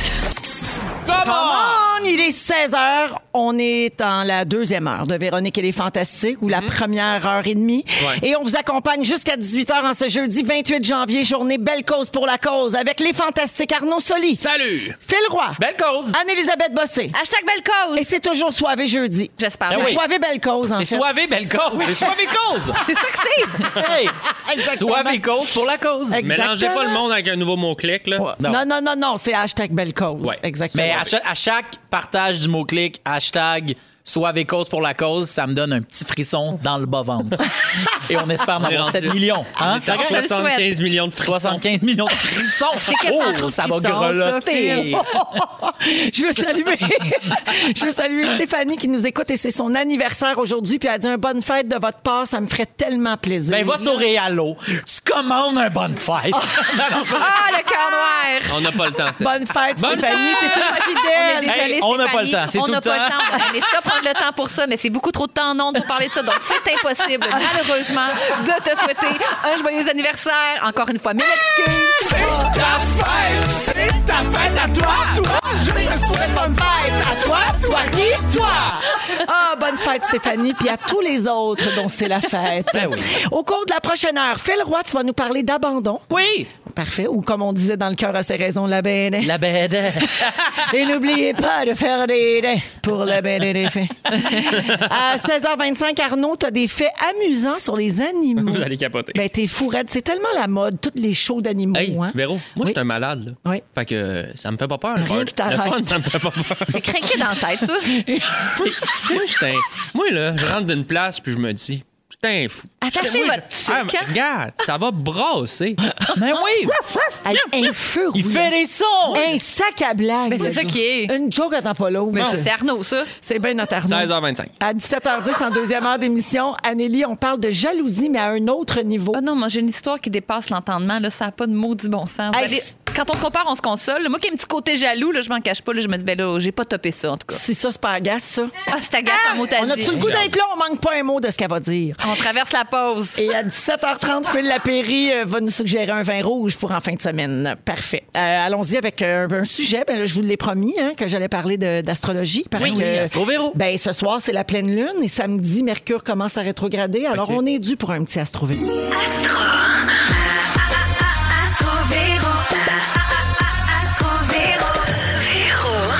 Come on!
Come on! Il est 16h. On est dans la deuxième heure de Véronique et les Fantastiques ou la
Mm-hmm.
première heure et demie.
Ouais.
Et on vous accompagne jusqu'à 18h en ce jeudi 28 janvier, journée Belle Cause pour la cause avec les Fantastiques Arnaud Soli,
Salut!
Phil Roy,
Belle cause!
Ah, Anne-Elisabeth Bossé.
Hashtag belle
Et
cause.
c'est toujours soivé jeudi.
J'espère.
Ah
C'est
Ah oui.
soivé Belle Cause, en
C'est
fait.
soivé, belle cause! C'est soivé cause!
C'est ça que c'est.
Hey!
Exactement.
Soivé cause pour la cause!
Exactement.
Mélangez pas le monde avec un nouveau mot-clic. Là.
Non,
Non.
non, non, non, c'est hashtag Belle Cause.
Ouais.
Exactement.
Mais à, cha- à chaque partage du mot-clic, hashtag Soivez cause pour la cause, ça me donne un petit frisson dans le bas-ventre. Et on espère en
est
avoir
rendu.
7 millions. Hein?
T'as
Je le souhaite.
75 millions de frissons.
75 millions de frissons.
quasiment trop
Oh,
de
ça va
frissons, ça,
grelotter.
Phil.
Je veux saluer. [LAUGHS] Je veux saluer
[LAUGHS]
Stéphanie qui nous écoute et c'est son anniversaire aujourd'hui. Puis elle dit un bonne fête de votre part. Ça me ferait tellement plaisir.
Ben, va sur Réalo. Tu commandes un bonne fête.
Ah, le cœur noir.
On n'a pas le temps. c'était-
Bonne fête,
Bonne
Stéphanie. C'est une
On est
fidèle.
désolé,
Hey, on n'a pas
Stéphanie.
le temps, c'est
On
tout
n'a
le
pas
temps.
le temps. On va aller ça prendre prendre le temps pour ça, mais c'est beaucoup trop de temps en ondes pour parler de ça. Donc, c'est impossible, malheureusement, de te souhaiter un joyeux anniversaire. Encore une fois, mille excuses.
ta fête, c'est ta fête à toi, toi. Je te souhaite bonne fête à toi, toi qui, toi.
Ah, bonne fête, Stéphanie, puis à tous les autres dont c'est la fête.
Ben oui.
Au cours de la prochaine heure, Phil Roy, tu vas nous parler d'abandon.
Oui!
Parfait. Ou comme on disait dans le cœur à ses raisons, la BD.
La bête.
[LAUGHS] Et n'oubliez pas de faire des dents pour la BD des faits. À 16h25, Arnaud, t'as des faits amusants sur les animaux.
Vous allez capoter.
Ben, t'es fou, raide. C'est tellement la mode, toutes les shows d'animaux.
Hey,
hein.
Véro, moi,
Oui.
je suis un malade. Là.
Oui.
Fait que euh, ça me fait pas peur.
Rien
Le
qui t'arrête.
fun, ça me fait pas peur.
T'es craqué dans la tête, toi.
Tu sais, je suis un- Moi, là, je rentre d'une place puis je me dis, putain, fou.
Attachez
Moi, je-
votre sucre,
Ah, mais
hein?
Regarde, ça va brasser.
Ben
Mais oui!
Hey, un feu
Il
roulant.
fait des sons!
Un sac à blague.
Mais c'est ça qui est.
Une joke à temps pas l'autre.
Mais ça, c'est Arnaud, ça.
C'est bien notre Arnaud.
16h25.
À 17h10, en deuxième heure d'émission, Anélie, on parle de jalousie, mais à un autre niveau.
Ah non, moi, j'ai une histoire qui dépasse l'entendement. Là, ça n'a pas de maudit bon sens. Vous
Hey,
allez-
c'est-
Quand on se compare, on se console. Moi qui ai un petit côté jaloux, là, je m'en cache pas. Là, je me dis, ben là, j'ai pas topé ça, en tout cas.
Si ça, c'est pas agace, ça.
Ah, c'est agace en mot à
On a-tu
dire.
le goût d'être là? On manque pas un mot de ce qu'elle va dire.
On traverse la pause.
Et à 17h30, Phil Lapéry euh, va nous suggérer un vin rouge pour en fin de semaine. Parfait. Euh, Allons-y avec euh, un sujet. Ben, je vous l'ai promis hein, que j'allais parler de- d'astrologie. parce
Oui,
que,
oui, Astro-Véro.
Ben, ce soir, c'est la pleine lune et samedi, Mercure commence à rétrograder. Alors, on est dû pour un petit astrovéro.
Astro. Ah, ah, ah, Astro Véro. Ah, ah, ah, Astro Véro. Véro.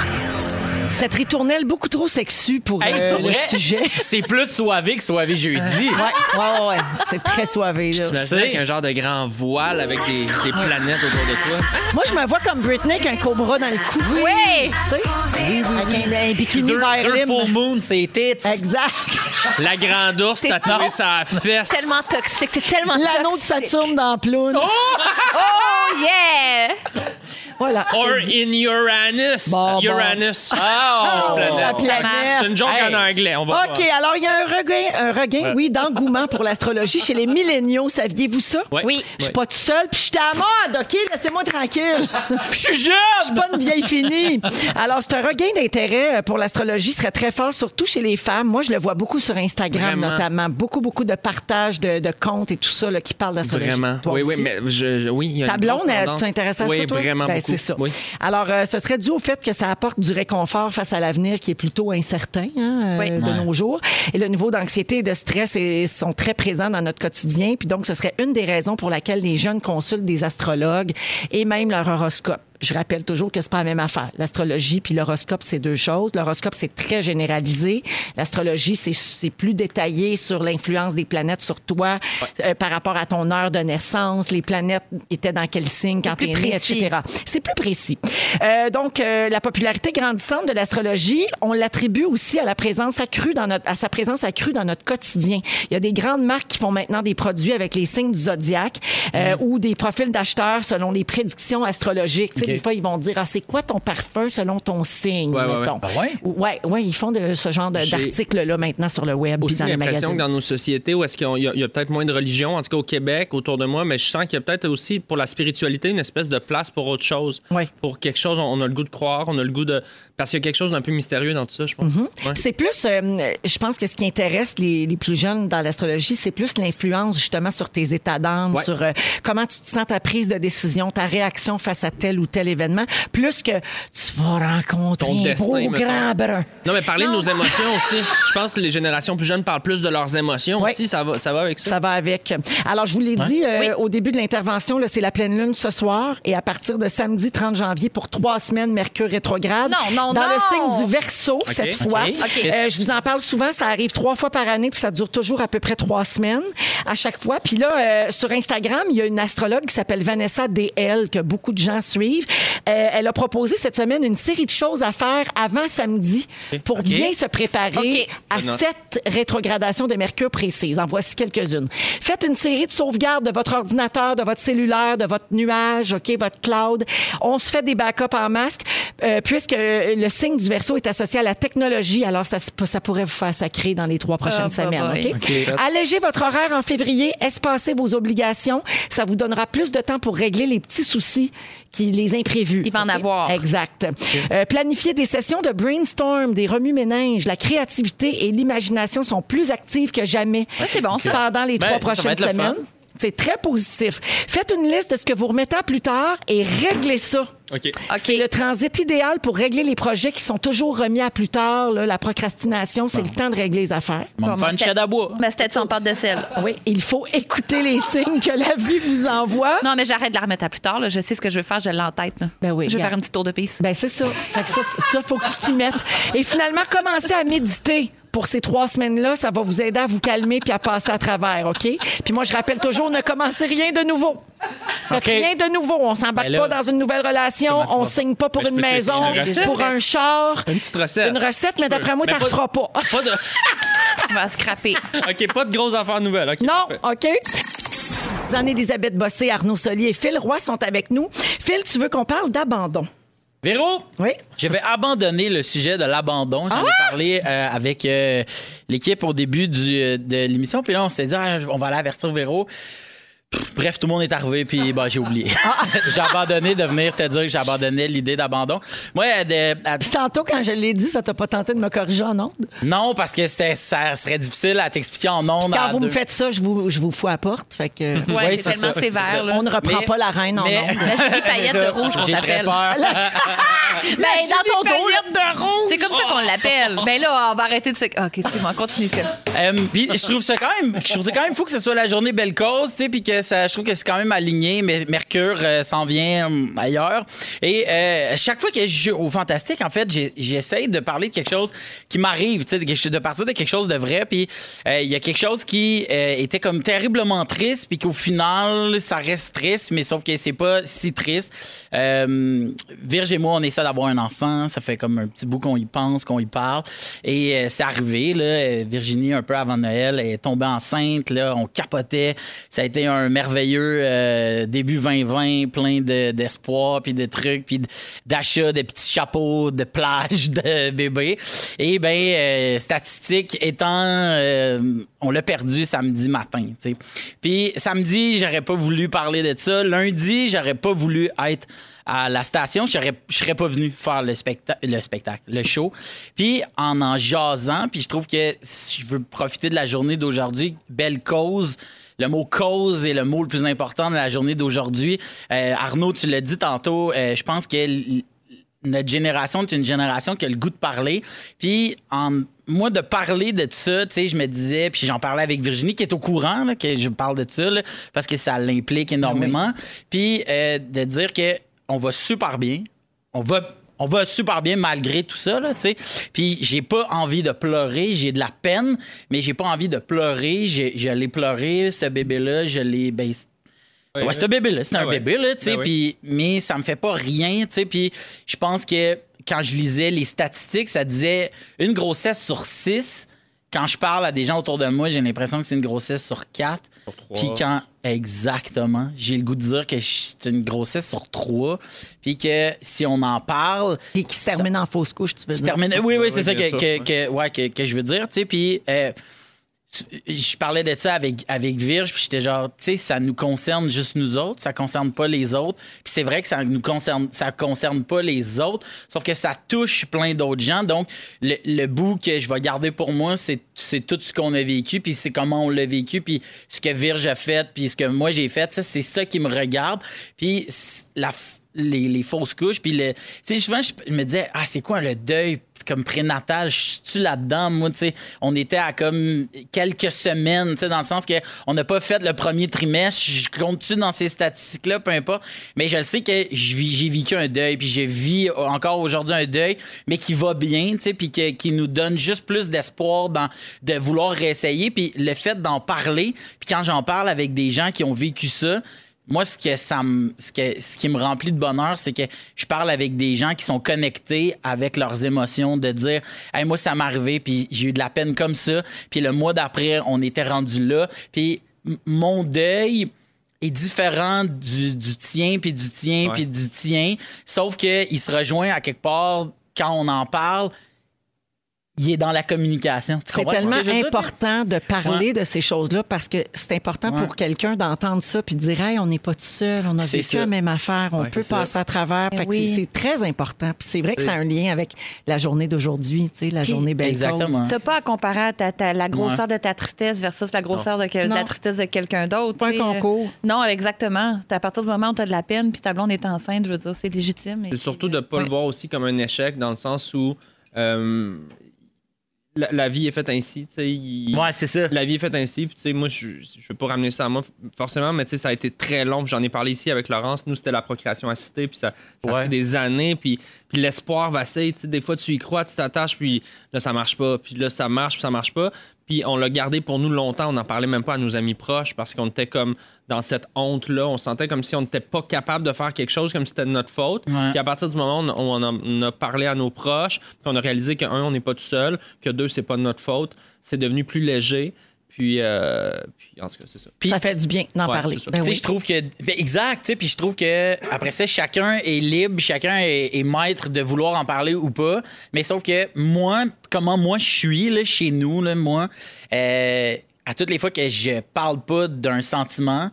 Cette ritournelle beaucoup trop sexue pour
Hey,
euh,
pour
le
vrai,
sujet.
[LAUGHS]
Euh,
C'est plus soivé que soivé jeudi.
Ouais, ouais, ouais, ouais. C'est très soivé. là.
T'imagines
sais.
avec un genre de grand voile avec des, des planètes autour de toi.
Moi, je me vois comme Britney avec un cobra dans le cou.
Oui!
Tu sais? Avec un, un bikini
Deux,
vert
deux
lime.
full moon, c'est tits.
Exact.
[LAUGHS]
La grande ours
C'est
tatouée
non.
sa fesse.
Tellement toxique. T'es tellement
L'anneau de
toxique.
Saturne dans la ploune.
Oh, yeah!
Voilà.
Or
C'est dit.
in Uranus.
Bon, bon.
Uranus.
Oh!
Oh, la
planète.
planète.
C'est une joke
Hey.
en anglais. On va
OK, alors il y a un regain, un regain oui, d'engouement pour l'astrologie chez les milléniaux. Saviez-vous ça?
Ouais. Oui.
Je suis pas toute seule, puis je suis à la mode, OK? Laissez-moi
[LAUGHS]
tranquille.
Je suis jeune!
Je suis pas une vieille finie. Alors, c'est un regain d'intérêt euh, pour l'astrologie serait très fort, surtout chez les femmes. Moi, je le vois beaucoup sur Instagram,
Vraiment.
notamment. Beaucoup, beaucoup de partages de, de comptes et tout ça là, qui parlent d'astrologie.
Vraiment.
Toi
oui,
aussi.
oui, mais je, je- oui, il y a
Ta
une
blonde,
grosse
elle,
tendance.
tu t'intéresses à
oui,
ça, toi?
vraiment
Ben,
beaucoup.
c'est ça.
Oui.
Alors, euh, ce serait dû au fait que ça apporte du réconfort face à l'avenir qui est plutôt incertain hein, euh,
Oui.
de nos jours. Et le niveau d'anxiété et de stress est- sont très présents dans notre quotidien. Puis donc, ce serait une des raisons pour laquelle les jeunes consultent des astrologues et même leur horoscope. Je rappelle toujours que c'est pas la même affaire. L'astrologie puis l'horoscope, c'est deux choses. L'horoscope, c'est très généralisé. L'astrologie, c'est- c'est plus détaillé sur l'influence des planètes sur toi euh, par rapport à ton heure de naissance, les planètes étaient dans quel signe quand
plus
t'es né,
précis.
etc. C'est plus précis. Euh, donc, euh, la popularité grandissante de l'astrologie, on l'attribue aussi à la présence accrue dans notre, à sa présence accrue dans notre quotidien. Il y a des grandes marques qui font maintenant des produits avec les signes du zodiaque
Mm.
euh, ou des profils d'acheteurs selon les prédictions astrologiques. Tu sais,
Ok.
Des fois, ils vont dire ah c'est quoi ton parfum selon ton signe,
Ouais, ouais, ouais.
mettons.
Ah ouais?
ouais, ouais, ils font de ce genre de-
J'ai
d'articles là maintenant sur le web puis
aussi
dans les
l'impression
magazines.
que dans nos sociétés où est-ce qu'il y a- il y a, il y a peut-être moins de religion, en tout cas au Québec, autour de moi, mais je sens qu'il y a peut-être aussi pour la spiritualité une espèce de place pour autre chose.
Ouais.
Pour quelque chose, on, on a le goût de croire, on a le goût de. Parce qu'il y a quelque chose d'un peu mystérieux dans tout ça, je pense. Ouais.
Mhm. C'est plus, euh, je pense que ce qui intéresse les, les plus jeunes dans l'astrologie, c'est plus l'influence justement sur tes états d'âme,
Ouais.
sur euh, comment tu te sens ta prise de décision, ta réaction face à tel ou tel événement, plus que tu vas rencontrer
Ton
un
destin,
beau
mettons.
grand brun.
Non, mais parler de nos émotions aussi. Je pense que les générations plus jeunes parlent plus de leurs émotions
Ouais.
aussi. Ça va, ça va avec ça.
Ça va avec. Alors, je vous l'ai dit euh,
Oui.
au début de l'intervention, là, c'est la pleine lune ce soir et à partir de samedi 30 janvier pour trois semaines, Mercure rétrograde.
Non, non,
Dans
non.
le signe du Verseau, cette fois.
Ok.
Euh, je vous en parle souvent, ça arrive trois fois par année, puis ça dure toujours à peu près trois semaines à chaque fois. Puis là, euh, sur Instagram, il y a une astrologue qui s'appelle Vanessa DL, que beaucoup de gens suivent. Euh, elle a proposé cette semaine une série de choses à faire avant samedi pour bien se préparer
Ok.
à
Je note.
cette rétrogradation de Mercure précise. En voici quelques-unes. Faites une série de sauvegardes de votre ordinateur, de votre cellulaire, de votre nuage, OK, votre cloud. On se fait des backups en masque euh, puisque le signe du Verseau est associé à la technologie. Alors, ça, se- ça pourrait vous faire sacrer dans les trois prochaines
bah,
semaines.
bah,
OK?
oui.
Allégez votre horaire en février, espacez vos obligations. Ça vous donnera plus de temps pour régler les petits soucis, qui, les imprévus perdu.
Il va en avoir.
Exact. Euh, planifier des sessions de brainstorm, des remue-ménages, la créativité et l'imagination sont plus actives que jamais.
Ouais, c'est bon, ça.
Pendant les
Ben,
trois
ça, ça va
prochaines
être le fun.
semaines. C'est très positif. Faites une liste de ce que vous remettez à plus tard et réglez ça.
OK.
OK.
C'est le transit idéal pour régler les projets qui sont toujours remis à plus tard. là. la procrastination, c'est le temps de régler les affaires.
On va me faire une chaîne à bois.
Ma statue en porte de sel.
Oui, il faut écouter les [LAUGHS] signes que la vie vous envoie.
Non, mais j'arrête de la remettre à plus tard. là. Je sais ce que je veux faire. Je l'ai en tête. là.
Ben oui,
je vais
regarde.
faire un petit tour de piste.
Ben c'est ça. Fait que ça, ça, faut que tu t'y mettes. Et finalement, commencez à méditer pour ces trois semaines-là. Ça va vous aider à vous calmer puis à passer à travers, OK? Puis moi, je rappelle toujours, ne commencez rien de nouveau. Faites
OK.
rien de nouveau. On s'embarque
Ben là,
pas dans une nouvelle relation.
comment tu
On
vas-
signe pas pour
Ben, je
une
peux-tu
maison,
essayer une recette?
pour un char.
Une petite recette.
Une recette, mais
Je peux. Ben,
d'après moi,
Mais
t'en
pas-
referas pas.
Pas de... [LAUGHS]
Ben-
On va scraper.
OK, pas de grosses affaires nouvelles. OK,
Non,
parfait.
OK? Anne-Élisabeth Bossé, Arnaud Solier et Phil Roy sont avec nous. Phil, tu veux qu'on parle d'abandon?
Véro,
Oui.
je vais abandonner le sujet de l'abandon.
Ah!
J'en ai parlé euh, avec euh, l'équipe au début du, euh, de l'émission. Puis là, on s'est dit, Ah, on va aller avertir Véro. Pff, Bref, tout le monde est arrivé, puis bah, j'ai oublié.
Ah!
[LAUGHS] j'ai abandonné de venir te dire que j'abandonnais l'idée d'abandon. Moi, à de- à-
Puis tantôt, quand je l'ai dit, ça t'a pas tenté de me corriger en ondes?
non, parce que c'était- ça serait difficile à t'expliquer en ondes.
Quand
à
vous me
Bah, deux.
faites ça, je vous, je vous fous à la porte. Fait que...
Ouais,
Ouais,
c'est
c'est
tellement
ça, c'est ça.
sévère. là.
On ne reprend
Mais-
pas la reine en
mais- [LAUGHS]
ondes.
La jolie paillette de rouge qu'on
J'ai très
t'appelle.
peur.
[LAUGHS]
Ben, dans ton dos. là. C'est comme ça qu'on l'appelle.
Oh.
Ben là, on va arrêter de se. OK, excuse-moi, continue. Phil.
Euh, puis je trouve ça quand même je trouve ça quand même fou que ce soit la journée belle cause tu sais puis que ça je trouve que c'est quand même aligné mais Mercure euh, s'en vient hum, ailleurs et euh, chaque fois que je joue au fantastique en fait j'ai- j'essaye de parler de quelque chose qui m'arrive tu sais de quelque- de partir de quelque chose de vrai puis euh, il y a quelque chose qui euh, était comme terriblement triste puis qu'au final ça reste triste mais sauf que c'est pas si triste euh, Virge et moi on essaie d'avoir un enfant ça fait comme un petit bout qu'on y pense qu'on y parle et euh, c'est arrivé là Euh, Virginie un peu avant Noël est tombée enceinte là on capotait ça a été un merveilleux euh, début 2020 plein de- d'espoir puis de trucs puis d- d'achats de petits chapeaux de plage de [LAUGHS] bébé et ben euh, statistique étant euh, on l'a perdu samedi matin tu sais. puis samedi j'aurais pas voulu parler de ça lundi j'aurais pas voulu être à la station, je serais, je serais pas venu faire le, specta- le spectacle, le show. Puis en en jasant, puis je trouve que si je veux profiter de la journée d'aujourd'hui, belle cause. Le mot cause est le mot le plus important de la journée d'aujourd'hui. Euh, Arnaud, tu l'as dit tantôt, euh, je pense que l- notre génération est une génération qui a le goût de parler. Puis en moi de parler de ça, tu sais, je me disais, puis j'en parlais avec Virginie qui est au courant là, que je parle de ça là, parce que ça l'implique énormément. Puis euh, de dire que on va super bien, on va on va super bien malgré tout ça là, tu sais. Puis j'ai pas envie de pleurer, j'ai de la peine, mais j'ai pas envie de pleurer, J'ai- je l'ai pleuré ce bébé là, je l'ai ben,
Oui,
Ouais,
oui.
c'est un bébé, là. C'est
Ah
un
ouais.
bébé, là, tu sais.
Ben oui.
puis- Mais ça me fait pas rien, tu sais. Puis je pense que quand je lisais les statistiques, ça disait une grossesse sur six. Quand je parle à des gens autour de moi, j'ai l'impression que c'est une grossesse sur quatre.
Sur trois.
Puis quand. Exactement. J'ai le goût de dire que c'est une grossesse sur trois. Puis que si on en parle.
Et qui se
ça-
termine en fausse couche, tu veux
je
dire.
termine- Oui, oui,
Oui,
c'est ça
bien
que,
sûr,
que,
ouais.
que- ouais, que, que je veux dire. Tu sais, puis euh, tu- je parlais de ça avec, avec Virge, puis j'étais genre, tu sais, ça nous concerne juste nous autres, ça concerne pas les autres. Puis c'est vrai que ça nous concerne, ça concerne pas les autres, sauf que ça touche plein d'autres gens. Donc, le, le bout que je vais garder pour moi, c'est c'est tout ce qu'on a vécu, puis c'est comment on l'a vécu, puis ce que Virge a fait, puis ce que moi j'ai fait, ça, c'est ça qui me regarde. Puis c- la f- les, les fausses couches, puis le... Tu sais, souvent, je je me disais, ah, c'est quoi le deuil comme prénatal? Je suis-tu là-dedans, moi, tu sais? On était à comme quelques semaines, tu sais, dans le sens que on n'a pas fait le premier trimestre. Je compte-tu dans ces statistiques-là, peu importe. Mais je le sais que je vis- j'ai vécu un deuil, puis je vis encore aujourd'hui un deuil, mais qui va bien, tu sais, puis que- qui nous donne juste plus d'espoir dans, de vouloir réessayer. Puis le fait d'en parler, puis quand j'en parle avec des gens qui ont vécu ça, moi, ce, que ça me, ce, que, ce qui me remplit de bonheur, c'est que je parle avec des gens qui sont connectés avec leurs émotions, de dire hey, Moi, ça m'est arrivé, puis j'ai eu de la peine comme ça, puis le mois d'après, on était rendu là, puis m- mon deuil est différent du, du tien, puis du tien,
Ouais.
puis du tien, sauf qu'il se rejoint à quelque part quand on en parle il est dans la communication. Tu
C'est
comprends ce que
tellement
je veux dire, tu sais?
important de parler de ces choses-là parce que c'est important
Ouais.
pour quelqu'un d'entendre ça puis de dire hey, on n'est pas tout seul, on a
C'est
vécu
ça.
la même affaire, on peut
c'est ça.
passer à travers. Fait que
Eh oui.
c'est- c'est très important. Puis c'est vrai que ça a un lien avec la journée d'aujourd'hui, tu sais, la journée belle cause.
Exactement.
T'as pas à comparer à ta- ta- la grosseur de ta tristesse versus la grosseur de, quel-
Non.
la tristesse de quelqu'un d'autre.
Pas un
tu sais. euh,
concours.
Non, exactement. À partir du moment où t'as de la peine puis ta blonde est enceinte, je veux dire, c'est légitime. Et
C'est
puis,
surtout
euh,
de ne pas
ouais.
le voir aussi comme un échec, dans le sens où euh, la, la vie est faite ainsi. tu sais, il-
Ouais, c'est ça.
La vie est faite ainsi. Puis, tu sais, moi, je ne veux pas ramener ça à moi, forcément, mais tu sais, ça a été très long. puis J'en ai parlé ici avec Laurence. Nous, c'était la procréation assistée. Puis, ça, ça a
Ouais.
pris des années. Puis, puis l'espoir vacille. Tu sais, des fois, tu y crois, tu t'attaches. Puis là, ça marche pas. Puis là, ça marche, puis ça marche pas. Puis on l'a gardé pour nous longtemps. On n'en parlait même pas à nos amis proches parce qu'on était comme dans cette honte-là. On sentait comme si on n'était pas capable de faire quelque chose, comme si c'était de notre faute.
Ouais.
Puis à partir du moment où on a, on a parlé à nos proches, puis on a réalisé que, un, on n'est pas tout seul, que, deux, c'est pas de notre faute, c'est devenu plus léger. Puis, euh, puis en tout cas, c'est ça.
Puis-
Ça fait du bien d'en
Ouais,
parler.
c'est ça.
Ben
Tu sais,
oui.
je trouve que. ben, exact, tu sais, puis je trouve que après ça, chacun est libre, chacun est, est maître de vouloir en parler ou pas. Mais sauf que moi, comment moi je suis là, chez nous, là, moi, euh, à toutes les fois que je parle pas d'un sentiment,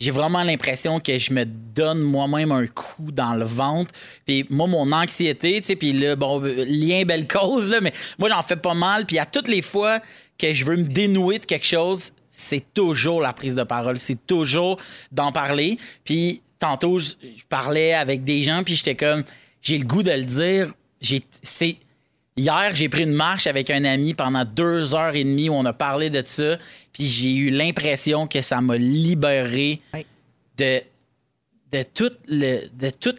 j'ai vraiment l'impression que je me donne moi-même un coup dans le ventre. Puis moi, mon anxiété, tu sais, puis là, bon, euh, lien belle cause, là, mais moi, j'en fais pas mal. Puis à toutes les fois que je veux me dénouer de quelque chose, c'est toujours la prise de parole. C'est toujours d'en parler. Puis tantôt, je je parlais avec des gens, puis j'étais comme, j'ai le goût de le dire. J'ai, c'est, Hier, j'ai pris une marche avec un ami pendant deux heures et demie où on a parlé de ça. Puis j'ai eu l'impression que ça m'a libéré
Oui.
de, de, toute le, de toute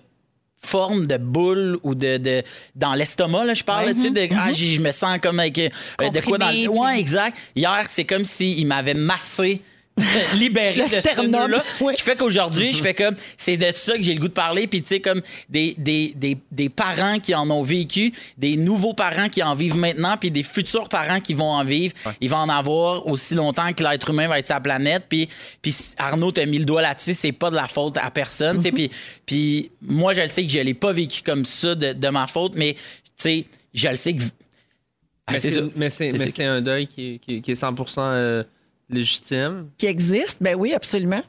forme de boule ou de. de- dans l'estomac, là, je parle. là, tu sais, de- ah, j'ai- je me sens comme avec. euh, de quoi dans
Mm-hmm. Comprimé,
le. Ouais,
puis-
exact. Hier, c'est comme s'il m'avait massé. [LAUGHS] libéré
Le
de ce
sternum,
nœud-là,
ouais.
qui fait qu'aujourd'hui, je fais comme, c'est de ça que j'ai le goût de parler. Puis, tu sais, comme des, des, des, des parents qui en ont vécu, des nouveaux parents qui en vivent maintenant, puis des futurs parents qui vont en vivre. Ils vont en avoir aussi longtemps que l'être humain va être sa planète. Puis, puis Arnaud t'a mis le doigt là-dessus, c'est pas de la faute à personne.
Mm-hmm.
tu sais. Puis, puis moi, je le sais que je l'ai pas vécu comme ça de, de ma faute, mais, tu sais, je le sais que. Ah,
Mais
c'est
c'est-
ça.
mais c'est
C'est
mais
ça.
c'est un deuil qui est, qui est- qui est 100 euh, légitime.
Qui existe, ben oui, absolument.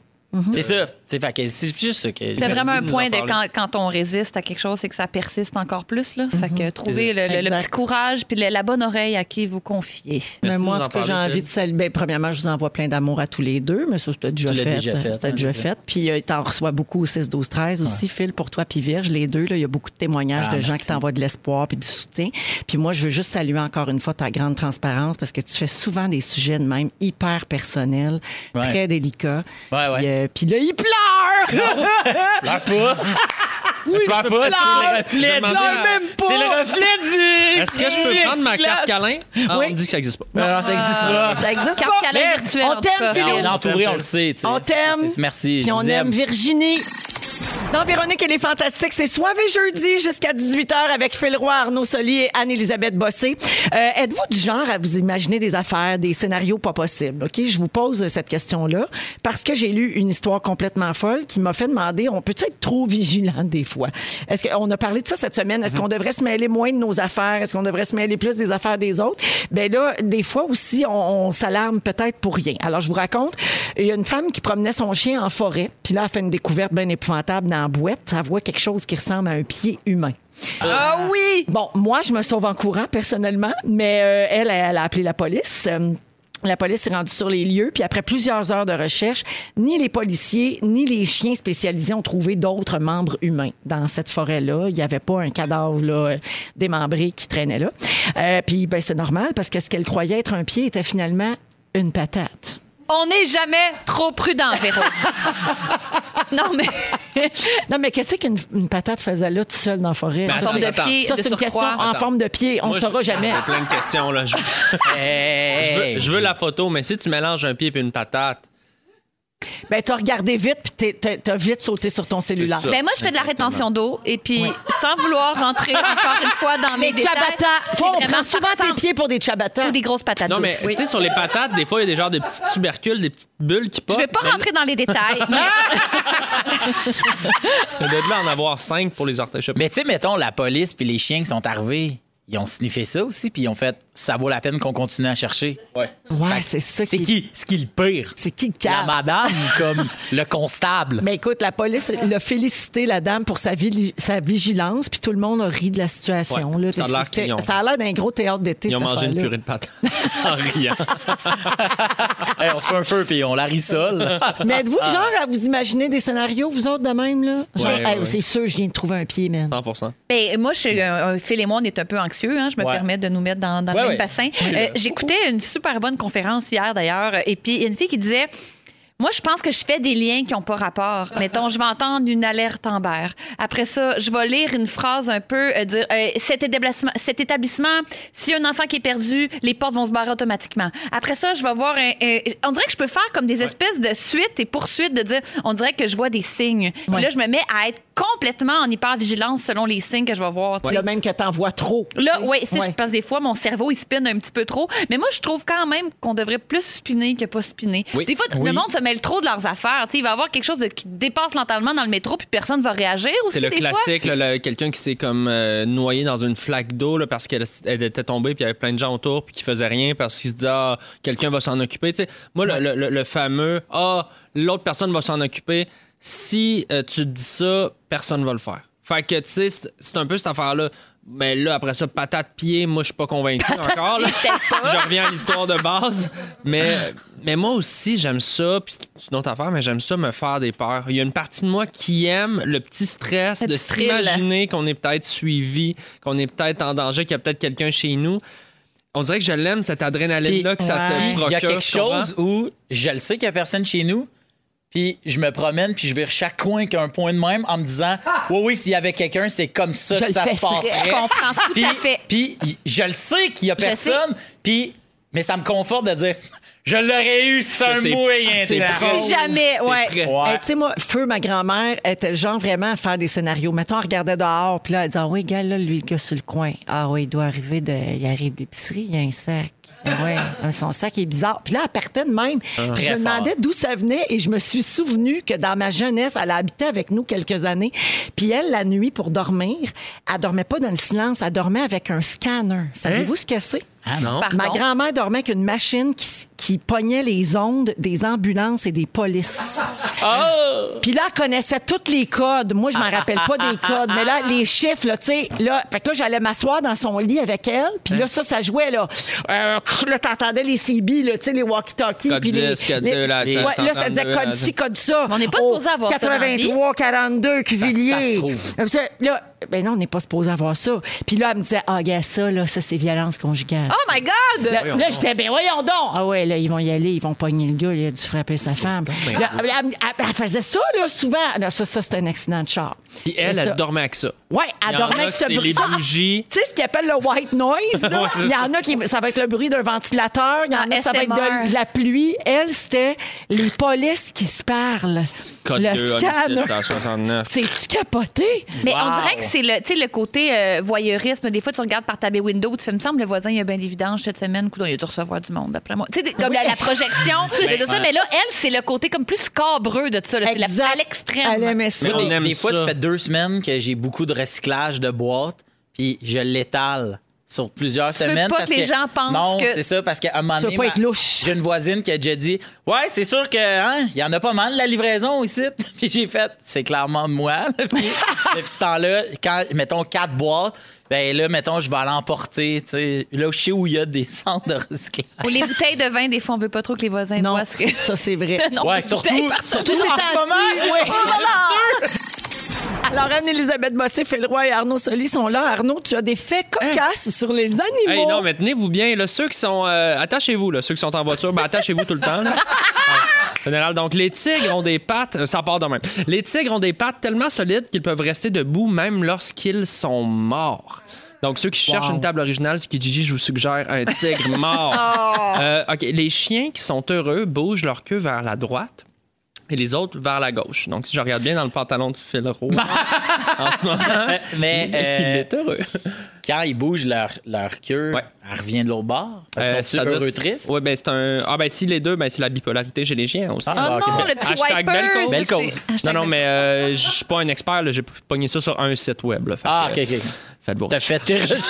C'est ça. Tu sais, fait que C'est juste ça que.
C'est vraiment un
de nous
point
en
de quand,
parler.
quand on résiste à quelque chose, c'est que ça persiste encore plus. Là. Fait que trouver le, le- le
Mhm. Exact.
petit courage puis le- la bonne oreille à qui vous confier.
Mais
Merci de
moi, en
nous
tout
en
cas, j'ai
parler,
envie
Phil.
de saluer. Ben, premièrement, je vous envoie plein d'amour à tous les deux, mais ça, c'était déjà
Tu l'as
fait.
déjà fait,
C'était
hein,
déjà
c'est
fait. Puis, euh, t'en reçois beaucoup au 6, 12, 13 aussi, Phil, pour toi, puis Vierge, les deux. là, Il y a beaucoup de témoignages
Ah,
de gens
merci.
qui t'envoient de l'espoir puis du soutien. Puis, moi, je veux juste saluer encore une fois ta grande transparence parce que tu fais souvent des sujets de même hyper personnels,
Ouais.
très délicats.
Ouais,
puis,
ouais.
euh, puis là, il pleure!
[LAUGHS] Pleure pas. [LAUGHS] Oui, je pleure pas, c'est le reflet.
demandais
du-
à-
C'est le reflet du.
Est-ce que je peux prendre ma carte câlin? Ah,
Oui.
On me dit que ça n'existe pas.
Non, non, ça n'existe pas.
Ça existe
Carte
pas.
câlin
Merde.
virtuelle,
On
en tout
t'aime,
cas.
Mais
Philo.
On est entouré, on le sait. tu sais.
On t'aime.
C'est- Merci.
Puis
je
on
vous
aime
aime.
Virginie. Dans Véronique, elle est fantastique. C'est soir et jeudi jusqu'à 18h avec Phil Roy, Arnaud Soli et Anne-Élisabeth Bossé. Euh, Êtes-vous du genre à vous imaginer des affaires, des scénarios pas possibles? OK? Je vous pose cette question-là parce que j'ai lu une histoire complètement folle qui m'a fait demander on peut être trop vigilant des fois? Est-ce qu'on a parlé de ça cette semaine? Est-ce qu'on devrait se mêler moins de nos affaires? Est-ce qu'on devrait se mêler plus des affaires des autres? Ben là, des fois aussi, on, on s'alarme peut-être pour rien. Alors, je vous raconte, il y a une femme qui promenait son chien en forêt, puis là, elle fait une découverte bien épouvantable dans la boîte. Elle voit quelque chose qui ressemble à un pied humain.
Ah oui!
Bon, moi, je me sauve en courant, personnellement, mais euh, elle, elle a appelé la police. Euh, La police est rendue sur les lieux, puis après plusieurs heures de recherche, ni les policiers ni les chiens spécialisés ont trouvé d'autres membres humains dans cette forêt-là. Il n'y avait pas un cadavre là, euh, démembré qui traînait là. Euh, puis ben, c'est normal parce que ce qu'elle croyait être un pied était finalement une patate.
On n'est jamais trop prudent,
[LAUGHS]
Véro. non, mais
Non, mais qu'est-ce qu'une une patate faisait là tout seule dans la forêt?
Mais
Ça,
attends,
c'est-
attends.
pied, Ben,
ça,
de
c'est une question
surcroît.
en
Attends.
forme de pied. On ne
Moi,
saura
je-
jamais.
J'ai plein de questions. Là. Je, je veux,
Hey.
je veux la photo, mais si tu mélanges un pied et une patate,
Ben, t'as regardé vite, puis t'es- t'as- t'as vite sauté sur ton cellulaire.
C'est ça.
ben moi, je fais de la rétention d'eau. Et puis, sans vouloir rentrer encore une fois dans mes
Les
détails,
ciabatta.
c'est
Toi, on
vraiment
prend souvent
ça
tes
ressemble-
pieds pour des ciabatta.
ou des grosses patates
Non, mais
douces.
tu sais, sur les patates, des fois, il y a des genres de petits tubercules, des petites bulles qui
Je
pop.
vais pas rentrer dans les détails.
On devait en avoir cinq pour les orteils. Je sais pas.
Mais tu sais, mettons, la police puis les chiens qui sont arrivés. ils ont sniffé ça aussi, puis ils ont fait ça vaut la peine qu'on continue à chercher.
Ben,
Ouais, c'est ça
C'est qui, ce qui le pire?
C'est qui le
La
cave?
madame ou comme
[LAUGHS]
le constable?
Mais écoute, la police l'a félicité, la dame, pour sa, vili- sa vigilance, puis tout le monde a ri de la situation.
Ouais,
là.
ça a l'air
C'était-
qu'ils ont-
ça a l'air d'un gros théâtre d'été,
Ils ont
cette
mangé une
affaire-là.
purée de patates en riant.
Hey, on se fait un feu puis on la rissole.
Mais êtes-vous le genre à vous imaginer des scénarios, vous autres, de même? Là? Genre,
Ah. Ouais, ouais,
hey,
ouais.
c'est sûr, je viens de trouver un pied, man.
100
Ben, moi, je, suis- euh, Phil et moi, on est un peu anxieux. hein. je me
Ouais.
permets de nous mettre dans, dans
Ouais,
le même
ouais.
bassin. Euh, J'écoutais une super bonne conférence hier, d'ailleurs. Et puis, il y a une fille qui disait... Moi, je pense que je fais des liens qui n'ont pas rapport. Mettons, je vais entendre une alerte Amber. Après ça, je vais lire une phrase un peu, euh, dire euh, cet, établissement, cet établissement, si un enfant qui est perdu, les portes vont se barrer automatiquement. Après ça, je vais voir un, un- On dirait que je peux faire comme des espèces de suites et poursuites de dire on dirait que je vois des signes. Puis là, je me mets à être complètement en hypervigilance selon les signes que je vais voir. tu sais.
Là, même que t'en vois trop.
Là, oui, c'est
Ouais.
je pense des fois, mon cerveau, il spinne un petit peu trop. Mais moi, je trouve quand même qu'on devrait plus spinner que pas spinner.
Oui.
Des fois,
Oui.
le monde se mêle trop de leurs affaires. Tu sais, il va y avoir quelque chose de- qui dépasse l'entalement dans le métro, puis personne va réagir aussi.
C'est le
des
classique, là, le- quelqu'un qui s'est comme euh, noyé dans une flaque d'eau là, parce qu'elle elle était tombée, puis il y avait plein de gens autour, puis qui faisaient rien parce qu'ils se disaient ah, quelqu'un va s'en occuper. Tu sais, moi, le- le, le- le fameux ah, l'autre personne va s'en occuper. Si euh, tu te dis ça, personne va le faire. Fait que, tu sais, c'est- c'est un peu cette affaire-là. Mais là, après ça, patate pied, moi, je suis pas convaincu encore. là. [LAUGHS] Si je reviens à l'histoire de base. Mais, mais moi aussi, j'aime ça. Puis c'est une autre affaire, mais j'aime ça me faire des peurs. Il y a une partie de moi qui aime le petit stress
Le
de
petit thrill.
s'imaginer qu'on est peut-être suivi, qu'on est peut-être en danger, qu'il y a peut-être quelqu'un chez nous. On dirait que je l'aime, cette adrénaline-là que ça
Puis,
te procure.
Il y a quelque
tu comprends?
chose où je le sais qu'il n'y a personne chez nous, puis je me promène, puis je vire chaque coin qu'un point de même en me disant Oui, oui, s'il y avait quelqu'un, c'est comme ça
Je
que
le
ça se
ferais.
passerait.
Je comprends tout
puis,
à fait.
Puis y- je le sais qu'il n'y a
Je
personne, puis. Mais ça me conforte de dire Je l'aurais eu, c'est un
T'es-
mot et un
t'es
temps.
prêt.
fois. Jamais, ouais.
prêt.
Ouais.
Hey, tu sais, moi, Feu, ma grand-mère, était le genre vraiment à faire des scénarios. Mettons, elle regardait dehors, puis là, elle disait Ah oui, gars, là, lui, le gars sur le coin. Ah oui, il doit arriver de. Il arrive d'épicerie, il y a un sac. Ouais, Ah, son sac est bizarre. Puis là, elle partait de même. Puis je
Ah, Très
me demandais d'où ça venait et je me suis souvenu que dans ma jeunesse, elle habitait avec nous quelques années. Puis elle, la nuit, pour dormir, elle dormait pas dans le silence, elle dormait avec un scanner. Savez-vous ce que c'est?
Ah non.
Pardon?
Ma grand-mère dormait avec une machine qui, s- qui pognait les ondes des ambulances et des polices.
Oh!
Puis là, elle connaissait tous les codes. Moi, je m'en rappelle pas des codes, mais là, les chiffres, là, tu sais, là, fait que là, j'allais m'asseoir dans son lit avec elle, puis là, ça, ça jouait, là. Euh, là, t'entendais les CB, là, tu sais, les walkie-talkies,
Code
puis les...
10, code
les-
2, la-
Ouais, là, ça disait
132,
code
la-
ci, code ça.
Mais on n'est pas
Oh,
supposé avoir ça dans la vie.
83, 42, Cuvillier.
Ça- ça se trouve.
Comme ça, là, ben non, on n'est pas supposé avoir ça. Puis là, elle me disait, ah, gars, ça, là, ça, c'est violence conjugale.
Oh my God!
Là, là, j'étais, ben voyons donc. Ah ouais, là, ils vont y aller, ils vont pogner le gars, il a dû frapper sa femme. Là, elle, elle- elle faisait ça, là, souvent. Là, ça, ça c'est un accident de char.
Puis elle,
Ça-
elle dormait avec ça.
Ouais,
Il
elle
y en
dormait
a
avec
que
ce
c'est
bruit.
les
Ça, ça-
bougies.
Tu sais, ce qu'ils appellent le white noise, là.
[LAUGHS] Ouais, c'est
il y en a qui. Ça va être le bruit d'un ventilateur, il y en
Ah,
a, ça va être de,
SMR.
de la pluie. Elle, c'était les polices qui se parlent.
Code
le
2,
scanner.
homicide, 169.
C'est-tu capoté?
Mais on
Wow.
dirait que c'est le, tu sais, le côté euh, voyeurisme. Des fois, tu regardes par ta baie window, tu fais, me semble, le voisin, il a bien des vidanges cette semaine. Coudonc, il a dû recevoir du monde, après moi. Tu sais, comme la, la
[LAUGHS]
projection
Ben,
de ça. Mais là, elle, c'est le côté comme plus scabreux de ça. là. C'est la-
Exact.
à l'extrême.
Elle aimait ça.
Mais on
Des-
aime
des, fois,
ça.
ça fait deux semaines que j'ai beaucoup de recyclage de boîtes, puis je l'étale sur plusieurs
veux
semaines.
pas
parce
que les gens pensent
Non,
que-
c'est ça, parce qu'à un moment
Tu veux
donné,
pas
ma-
être louche.
j'ai une voisine qui a déjà dit Ouais, c'est sûr que hein, il y en a pas mal la livraison ici. [LAUGHS] puis j'ai fait C'est clairement moi. [LAUGHS]
[LAUGHS]
puis depuis ce temps-là, quand, mettons, quatre boîtes, ben là, mettons, je vais l'emporter, tu sais, là, je sais où il y a des [LAUGHS] centres de recyclage.
Ou les bouteilles de vin, des fois, on veut pas trop que les voisins
Non,
voient ce que.
ça, c'est vrai.
Non,
Ouais,
les
surtout,
bouteilles partout.
surtout en
Tout est
ce
assis,
moment.
Oh
oui. Alors, Anne-Elisabeth Bossé, Leroy et Arnaud Soli sont là. Arnaud, tu as des faits cocasses sur les animaux.
Hey, non, mais tenez-vous bien. Là, ceux qui sont. euh, attachez-vous, là, ceux qui sont en voiture. Ben, attachez-vous tout le temps. là. En Général, donc les tigres ont des pattes, euh, ça part de même. Les tigres ont des pattes tellement solides qu'ils peuvent rester debout même lorsqu'ils sont morts. Donc ceux qui cherchent une table originale, ce qui Gigi, je vous suggère un tigre mort. Euh, ok, les chiens qui sont heureux bougent leur queue vers la droite et les autres vers la gauche. Donc si je regarde bien dans le pantalon de Phil Rowe, en ce moment,
Mais,
[LAUGHS] il
euh,
est heureux.
quand ils bougent leur, leur queue,
Ouais.
elle revient de l'autre bord. Fait qu'ils sont heureux tristes.
Oui, ben c'est un. Ah, ben si les deux, ben c'est la bipolarité chez les chiens aussi.
Ah,
Oh
ok,
non,
ben-
le petit
Hashtag belle
wiper.
cause.
Belle
c'est-
cause.
hashtag
Non, non,
belle-
mais euh, je suis pas un expert, là, j'ai pogné ça sur un site web. là. Fait
Ah,
que,
ok, ok.
Faites vos
T'as fait tes recherches.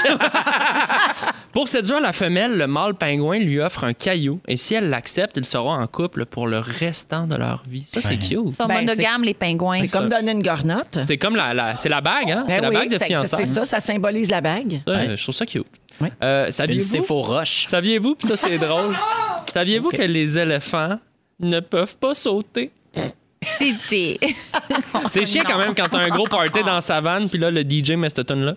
Pour séduire la femelle, le mâle pingouin lui offre un caillou et si elle l'accepte, ils seront en couple pour le restant de leur vie. Ça, c'est cute.
Ils sont
Ben,
monogames, les pingouins.
C'est comme donner une gornotte.
C'est comme la, la- c'est la bague, hein?
Ben
c'est la
oui,
bague de
c'est-
fiançailles.
C'est ça, ça symbolise la bague.
Ça, euh, Je trouve ça cute.
Oui.
Euh,
Une
saviez-vous,
roche.
saviez-vous, puis
[LAUGHS]
ça c'est drôle, saviez-vous que les éléphants ne peuvent pas sauter?
Tété.
C'est chiant quand même quand t'as un gros party dans la savane, puis là, le DJ met cette tonne-là.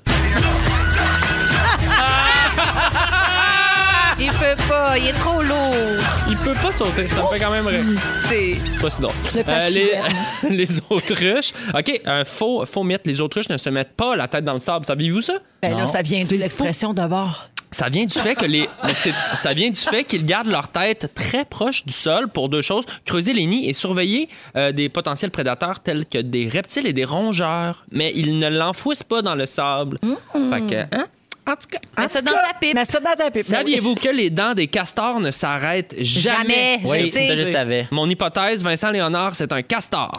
Il peut pas, il est trop lourd.
Il peut pas sauter, ça me fait quand même rire.
C'est-
C'est pas si drôle.
Le
Euh,
pachymène.
les, [LAUGHS] les autruches. OK, un faux, faux mythe. Les autruches ne se mettent pas la tête dans le sable. Saviez-vous ça?
Ben là,
Non.
ça vient
C'est
de l'expression de bord.
Ça vient du fait que les. [LAUGHS] mais c'est- ça vient du fait qu'ils gardent leur tête très proche du sol pour deux choses creuser les nids et surveiller euh, des potentiels prédateurs tels que des reptiles et des rongeurs. Mais ils ne l'enfouissent pas dans le sable. Fait que, hein? En tout cas.
Mais c'est dans ta pipe.
Mais ça dans ta pipe.
Saviez-vous que les dents des castors ne s'arrêtent jamais?
Jamais, je
Oui,
le sais.
ça, je savais.
Mon hypothèse, Vincent Léonard, c'est un castor.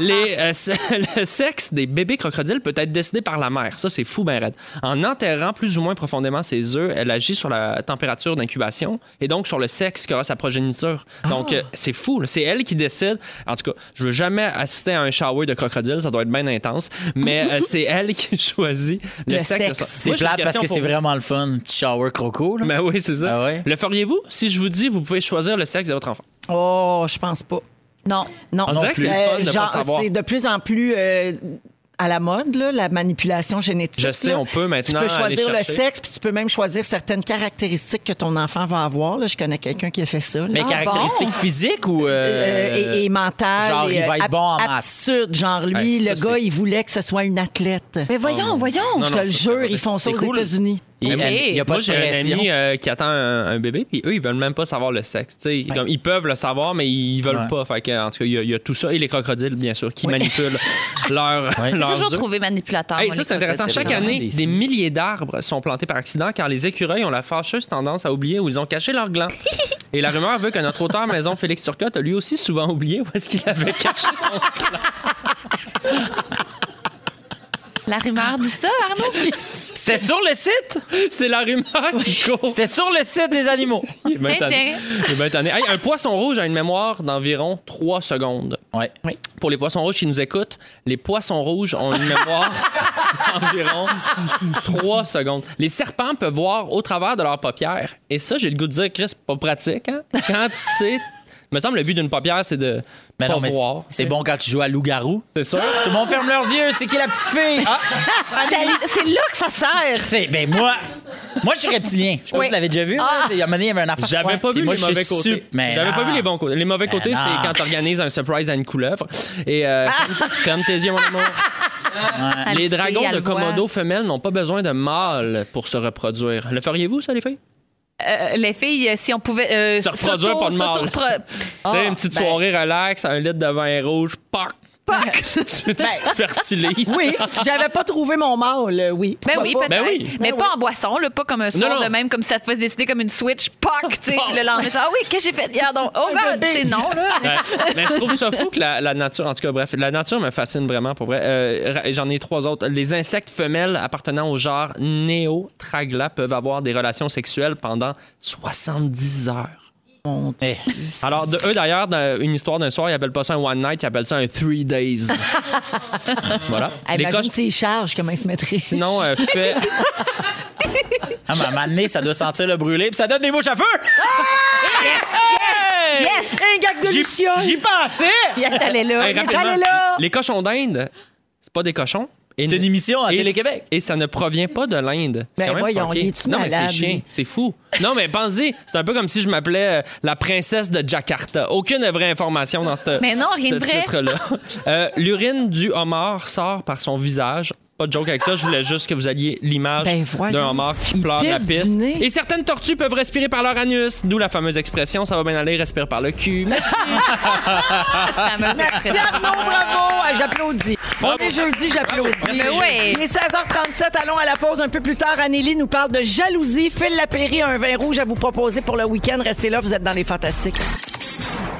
Les, euh, se- [LAUGHS] le sexe des bébés crocodiles peut être décidé par la mère. Ça, c'est fou, ben raide. En enterrant plus ou moins profondément ses œufs, elle agit sur la température d'incubation et donc sur le sexe qu'aura sa progéniture. Donc, euh, c'est fou. là. C'est elle qui décide. En tout cas, je veux jamais assister à un shower de crocodile. Ça doit être bien intense. Mais euh, c'est elle qui [LAUGHS] choisit le,
Le
sexe.
sexe.
C'est
Moi, j'ai une
plate parce
question
que
pour
c'est
vous.
vraiment le fun. Petit shower croco. là.
[LAUGHS] Ben oui, c'est ça.
Ah ouais?
Le feriez-vous? Si je vous dis, vous pouvez choisir le sexe de votre enfant.
Oh, je pense pas.
Non.
Non, Euh,
On dirait que c'est le fun de pas
genre,
savoir.
C'est de plus en plus euh, à la mode, là, la manipulation génétique.
Je sais,
là.
on peut maintenant
Tu peux
aller
choisir le
chercher.
sexe, puis tu peux même choisir certaines caractéristiques que ton enfant va avoir. Là, je connais quelqu'un qui a fait ça. là.
Mais
Ah,
caractéristiques physiques ou. euh,
Euh, et, et mental.
Genre,
et,
il va
euh,
être bon en
ap-
maths.
aptitude. Genre, lui,
Ouais, ça,
le gars,
c'est-
il voulait que ce soit une athlète.
Mais voyons, voyons.
je te
non,
le
ça, c'est
jure,
vrai.
ils font ça
C'est
aux
cool.
États-Unis.
Il n'y
Ok.
a pas
Ben Moi,
de
j'ai un
pression.
ami euh, qui attend un, un bébé, puis eux, ils veulent même pas savoir le sexe. Tu sais, Comme, ils peuvent le savoir, mais ils veulent
Ouais.
pas. Fait que, en tout cas, il y, a- il y a tout ça. Et les crocodiles, bien sûr,
[LAUGHS]
qui manipulent leur,
Ouais.
J'ai
leurs
toujours
œufs.
trouvé manipulateur.
Hey,
moi,
ça,
les
c'est intéressant.
crocodiles.
Chaque
vraiment
année,
des
des,
signes.
milliers d'arbres sont plantés par accident car les écureuils ont la fâcheuse tendance à oublier où ils ont caché
[LAUGHS]
leurs glands. Et la rumeur veut que notre auteur maison Félix Turcotte a lui aussi souvent oublié où est-ce qu'il avait caché
[LAUGHS]
son
La rumeur dit ça, Arnaud?
C'était sur le site?
C'est la rumeur qui court.
C'était sur le site des animaux.
[LAUGHS] Il est bien
Tiens,
tanné.
tiens.
Il est bien tanné. Hey, un poisson rouge a une mémoire d'environ 3 secondes.
Ouais.
Pour les poissons rouges qui nous écoutent, les poissons rouges ont une mémoire [LAUGHS] d'environ 3 secondes. Les serpents peuvent voir au travers de leurs paupières. Et ça, j'ai le goût de dire, Chris, c'est pas pratique. Hein? Quand c'est. Il me semble le but d'une paupière, c'est de
Mais
pas
non, mais
voir.
c'est bon quand tu joues à loup-garou.
C'est ça?
Tout le monde ferme leurs yeux. C'est qui la petite fille? Ah,
C'est- C'est là que ça sert.
c'est. Ben moi. Moi, je suis reptilien. Je sais pas
Oui. Ah.
si vous l'avez déjà vu. là. Il y a un moment donné, il y avait un enfant.
J'avais pas vu
Puis moi,
les
je suis
mauvais côtés.
sup- mais
J'avais pas
non.
vu les bons côtés. Les mauvais côtés,
non.
c'est quand t'organises un surprise à une couleuvre.
[LAUGHS]
Et euh, ferme- ferme tes yeux, mon amour.
Ah,
Les
Elle le sait,
dragons
elle
de
le voit.
Komodo femelles n'ont pas besoin de mâles pour se reproduire. Le feriez-vous, ça, les filles?
Euh, les filles, si on pouvait. euh,
Se reproduire, pas de
s'auto-
mâle.
s'auto-
tu sais, une petite
ben.
soirée relax, un litre de vin rouge, pac! [LAUGHS] Pac! tu tu
Ben.
te fertilises.
Oui, [LAUGHS] si j'avais pas trouvé mon mâle, euh, oui.
Ben
Pourquoi
oui,
pas?
peut-être.
Ben oui.
Mais
Ben
pas
oui.
en boisson, là, pas comme un soir
Non, non.
de même, comme si ça te faisait décider comme une switch, poc, tu sais, puis le lendemain, tu dis, ah oui, qu'est-ce que j'ai fait hier? Donc, oh
Un
God,
bébé.
c'est non, là.
Ouais. [LAUGHS] Mais je trouve ça fou que la, la nature, en tout cas, bref, la nature me fascine vraiment, pour vrai. Euh, ra- J'en ai trois autres. Les insectes femelles appartenant au genre Neotragla peuvent avoir des relations sexuelles pendant 70 heures.
Eh,
Alors, de, eux, d'ailleurs, dans une histoire d'un soir, ils appellent pas ça un one night, ils appellent ça un three days. voilà.
Ah,
Les
Imagine
coches-
s'ils chargent, comment ils se maîtrisent.
Sinon, euh, fait...
Ah, mais à un moment donné, ça doit sentir le brûlé, puis ça donne des mouches à feu!
Ah,
Yes! Un gag de
J'y-
Luciole!
J'y pensais!
Il est allé là,
Hey,
il est
rapidement,
allé là!
Les cochons d'Inde, c'est pas des cochons. Et
C'est une émission à
et-
Télé-Québec.
Et ça ne provient pas de l'Inde. C'est
Ben
quand même
voyons,
funky.
il est-tu
Non, mais
malade,
c'est chien.
lui?
C'est fou. Non, mais pensez, c'est un peu comme si je m'appelais euh, la princesse de Jakarta. Aucune vraie information dans ce
Mais non, rien
[LAUGHS]
ce
de vrai.
titre-là. Euh, L'urine du homard sort par son visage pas de joke avec ça. Je voulais juste que vous alliez l'image
Ben, voyons.
d'un homard qui
Il
pleure la
pisse du
piste.
nez.
Et certaines tortues peuvent respirer par leur anus, d'où la fameuse expression ça va bien aller, respire par le cul.
Ben
Merci.
Merci Arnaud, bravo! Ah, J'applaudis. On est jeudi, j'applaudis.
Merci, Mais oui.
Il est 16h37, allons à la pause. Un peu plus tard, Anneli nous parle de jalousie. Phil Lapéry a un vin rouge à vous proposer pour le week-end. Restez là, vous êtes dans les fantastiques.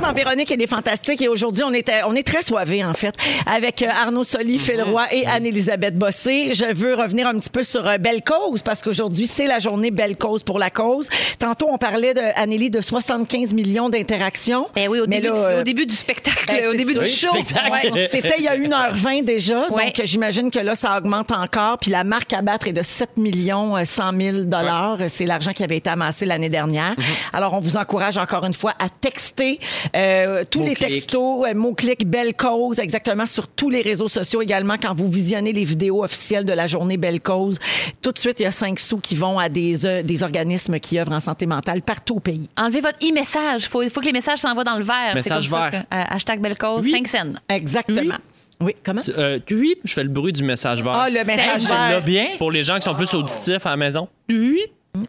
Dans Véronique et les Fantastiques. Et aujourd'hui, on, était- on est très soivés, en fait, avec euh, Arnaud Soli,
Mhm.
Phil Roy et Anne-Élisabeth Bossé. Je veux revenir un petit peu sur euh, Belle Cause, parce qu'aujourd'hui, c'est la journée Belle Cause pour la cause. Tantôt, on parlait, de, Anneli, de 75 millions d'interactions.
Ben oui, au,
Mais
début,
là,
du,
euh,
au début du spectacle,
ben,
au
c'est
début
ça.
du
Oui,
show.
[LAUGHS]
spectacle.
Ouais.
C'était il y a 1h20 déjà,
Ouais.
donc euh, j'imagine que là, ça augmente encore. Puis la marque à battre est de 7 millions euh, 100 000 dollars. C'est l'argent qui avait été amassé l'année dernière. Alors, on vous encourage encore une fois à texter euh, tous les
Mots-clics.
textos, euh, mots-clics, belle cause, exactement, sur tous les réseaux sociaux également. Quand vous visionnez les vidéos officielles de la journée Belle Cause, tout de suite, il y a 5 sous qui vont à des, euh, des organismes qui œuvrent en santé mentale partout au pays.
Enlevez votre e-message. Il faut, faut que les messages s'envoient dans le verre. C'est comme
Message
ça que,
vert.
euh, hashtag belle cause, 5 cents.
Exactement. Oui, comment?
Euh, oui, je fais le bruit du message vert.
Ah, le message vert.
bien?
Pour les gens qui sont plus auditifs à la maison.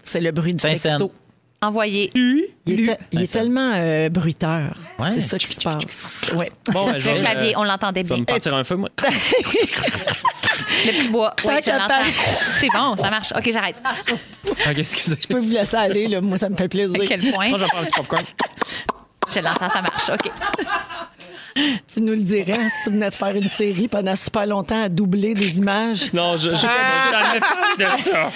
C'est le bruit du
Cinq cents.
texto.
Envoyez.
Il est, te- il
Ben,
est
ça.
tellement euh, bruiteur.
Ouais.
C'est ça qui se passe. Ouais. [LAUGHS]
Bon, ben, je
Le
vais,
clavier,
euh,
on l'entendait
je vais
bien.
me partir un feu, moi. [LAUGHS]
Le petit bois.
Ça
Oui, je
capable.
l'entends. C'est bon, ça marche. OK, j'arrête.
Ok, excusez.
Je peux vous laisser aller, là. moi, ça me fait
À
plaisir.
quel point?
Moi, je vais prendre un petit popcorn.
Je l'entends, ça marche. OK.
Tu nous le dirais hein, si tu venais de faire une série pendant super longtemps à doubler des images.
Non, je, je, je- j'en ai pas de ça.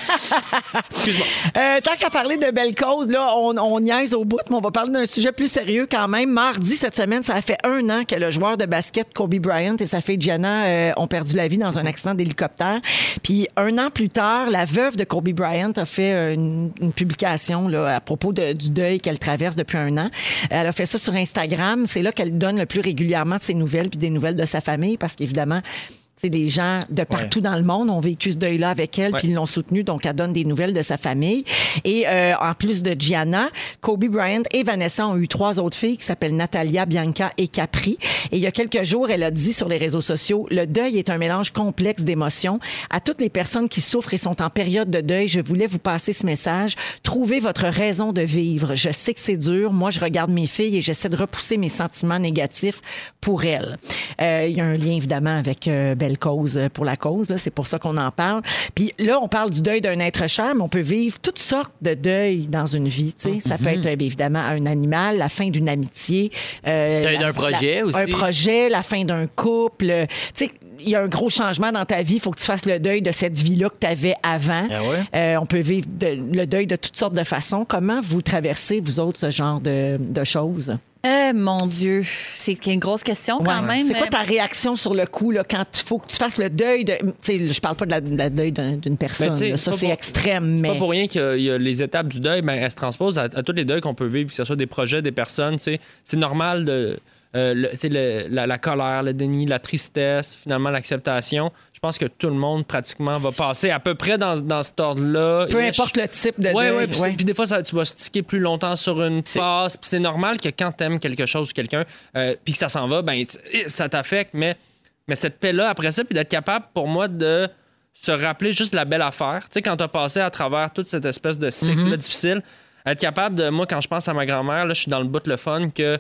Euh, tant qu'à parler de belles causes, là, on, on niaise au bout, mais on va parler d'un sujet plus sérieux quand même. Mardi, cette semaine, ça a fait un an que le joueur de basket Kobe Bryant et sa fille Gianna euh, ont perdu la vie dans un accident d'hélicoptère. Puis un an plus tard, la veuve de Kobe Bryant a fait euh, une, une publication là, à propos de- du deuil qu'elle traverse depuis un an. Elle a fait ça sur Instagram. C'est là qu'elle donne le plus régulièrement de ses nouvelles puis des nouvelles de sa famille parce qu'évidemment... C'est des gens de partout dans le monde ont vécu ce deuil-là avec elle, puis ils l'ont soutenue, donc elle donne des nouvelles de sa famille. Et euh, en plus de Gianna, Kobe Bryant et Vanessa ont eu trois autres filles qui s'appellent Natalia, Bianca et Capri. Et il y a quelques jours, elle a dit sur les réseaux sociaux, le deuil est un mélange complexe d'émotions. À toutes les personnes qui souffrent et sont en période de deuil, je voulais vous passer ce message. Trouvez votre raison de vivre. Je sais que c'est dur. Moi, je regarde mes filles et j'essaie de repousser mes sentiments négatifs pour elles. Euh, Il y a un lien évidemment avec euh, Belle Cause euh, pour la cause. là. C'est pour ça qu'on en parle. Puis là, on parle du deuil d'un être cher, mais on peut vivre toutes sortes de deuils dans une vie. tu sais. Ça peut
Mhm.
être euh, bien évidemment un animal, la fin d'une amitié, euh,
Deuil
la-
d'un projet
la-
aussi.
un projet, la fin d'un couple. Tu sais, il y a un gros changement dans ta vie. Il faut que tu fasses le deuil de cette vie-là que tu avais avant.
Ah ouais?
Euh, on peut vivre de- le deuil de toutes sortes de façons. Comment vous traversez, vous autres, ce genre de, de choses?
Euh, mon Dieu, c'est une grosse question quand
Ouais.
même. euh,
C'est quoi ta réaction sur le coup là, quand il faut que tu fasses le deuil de. Tu sais, je parle pas de la, de la deuil d'un- d'une personne.
Ben, tu sais,
là. Ça,
c'est pas
c'est
pour-
extrême,
C'est
mais.
pas pour rien qu'il y a- il y a les étapes du deuil, ben, elles se transposent à, à tous les deuils qu'on peut vivre, que ce soit des projets, des personnes. tu sais. C'est normal de. euh, le- tu sais, le- la, la colère, le déni, la tristesse, finalement l'acceptation. Je pense que tout le monde pratiquement va passer à peu près dans, dans cet ordre-là.
Peu
Et
importe
je-
le type de
Ouais,
deuil.
ouais, puis,
ouais.
c'est- puis des fois, ça, tu vas sticker plus longtemps sur une passe. Puis c'est normal que quand t'aimes quelque chose ou quelqu'un, euh, puis que ça s'en va, ben c'est- ça t'affecte. Mais, mais cette paix-là, après ça, puis d'être capable pour moi de se rappeler juste la belle affaire. Tu sais, quand t'as passé à travers toute cette espèce de cycle difficile, être capable de. Moi, quand je pense à ma grand-mère, là, je suis dans le bout de le fun que.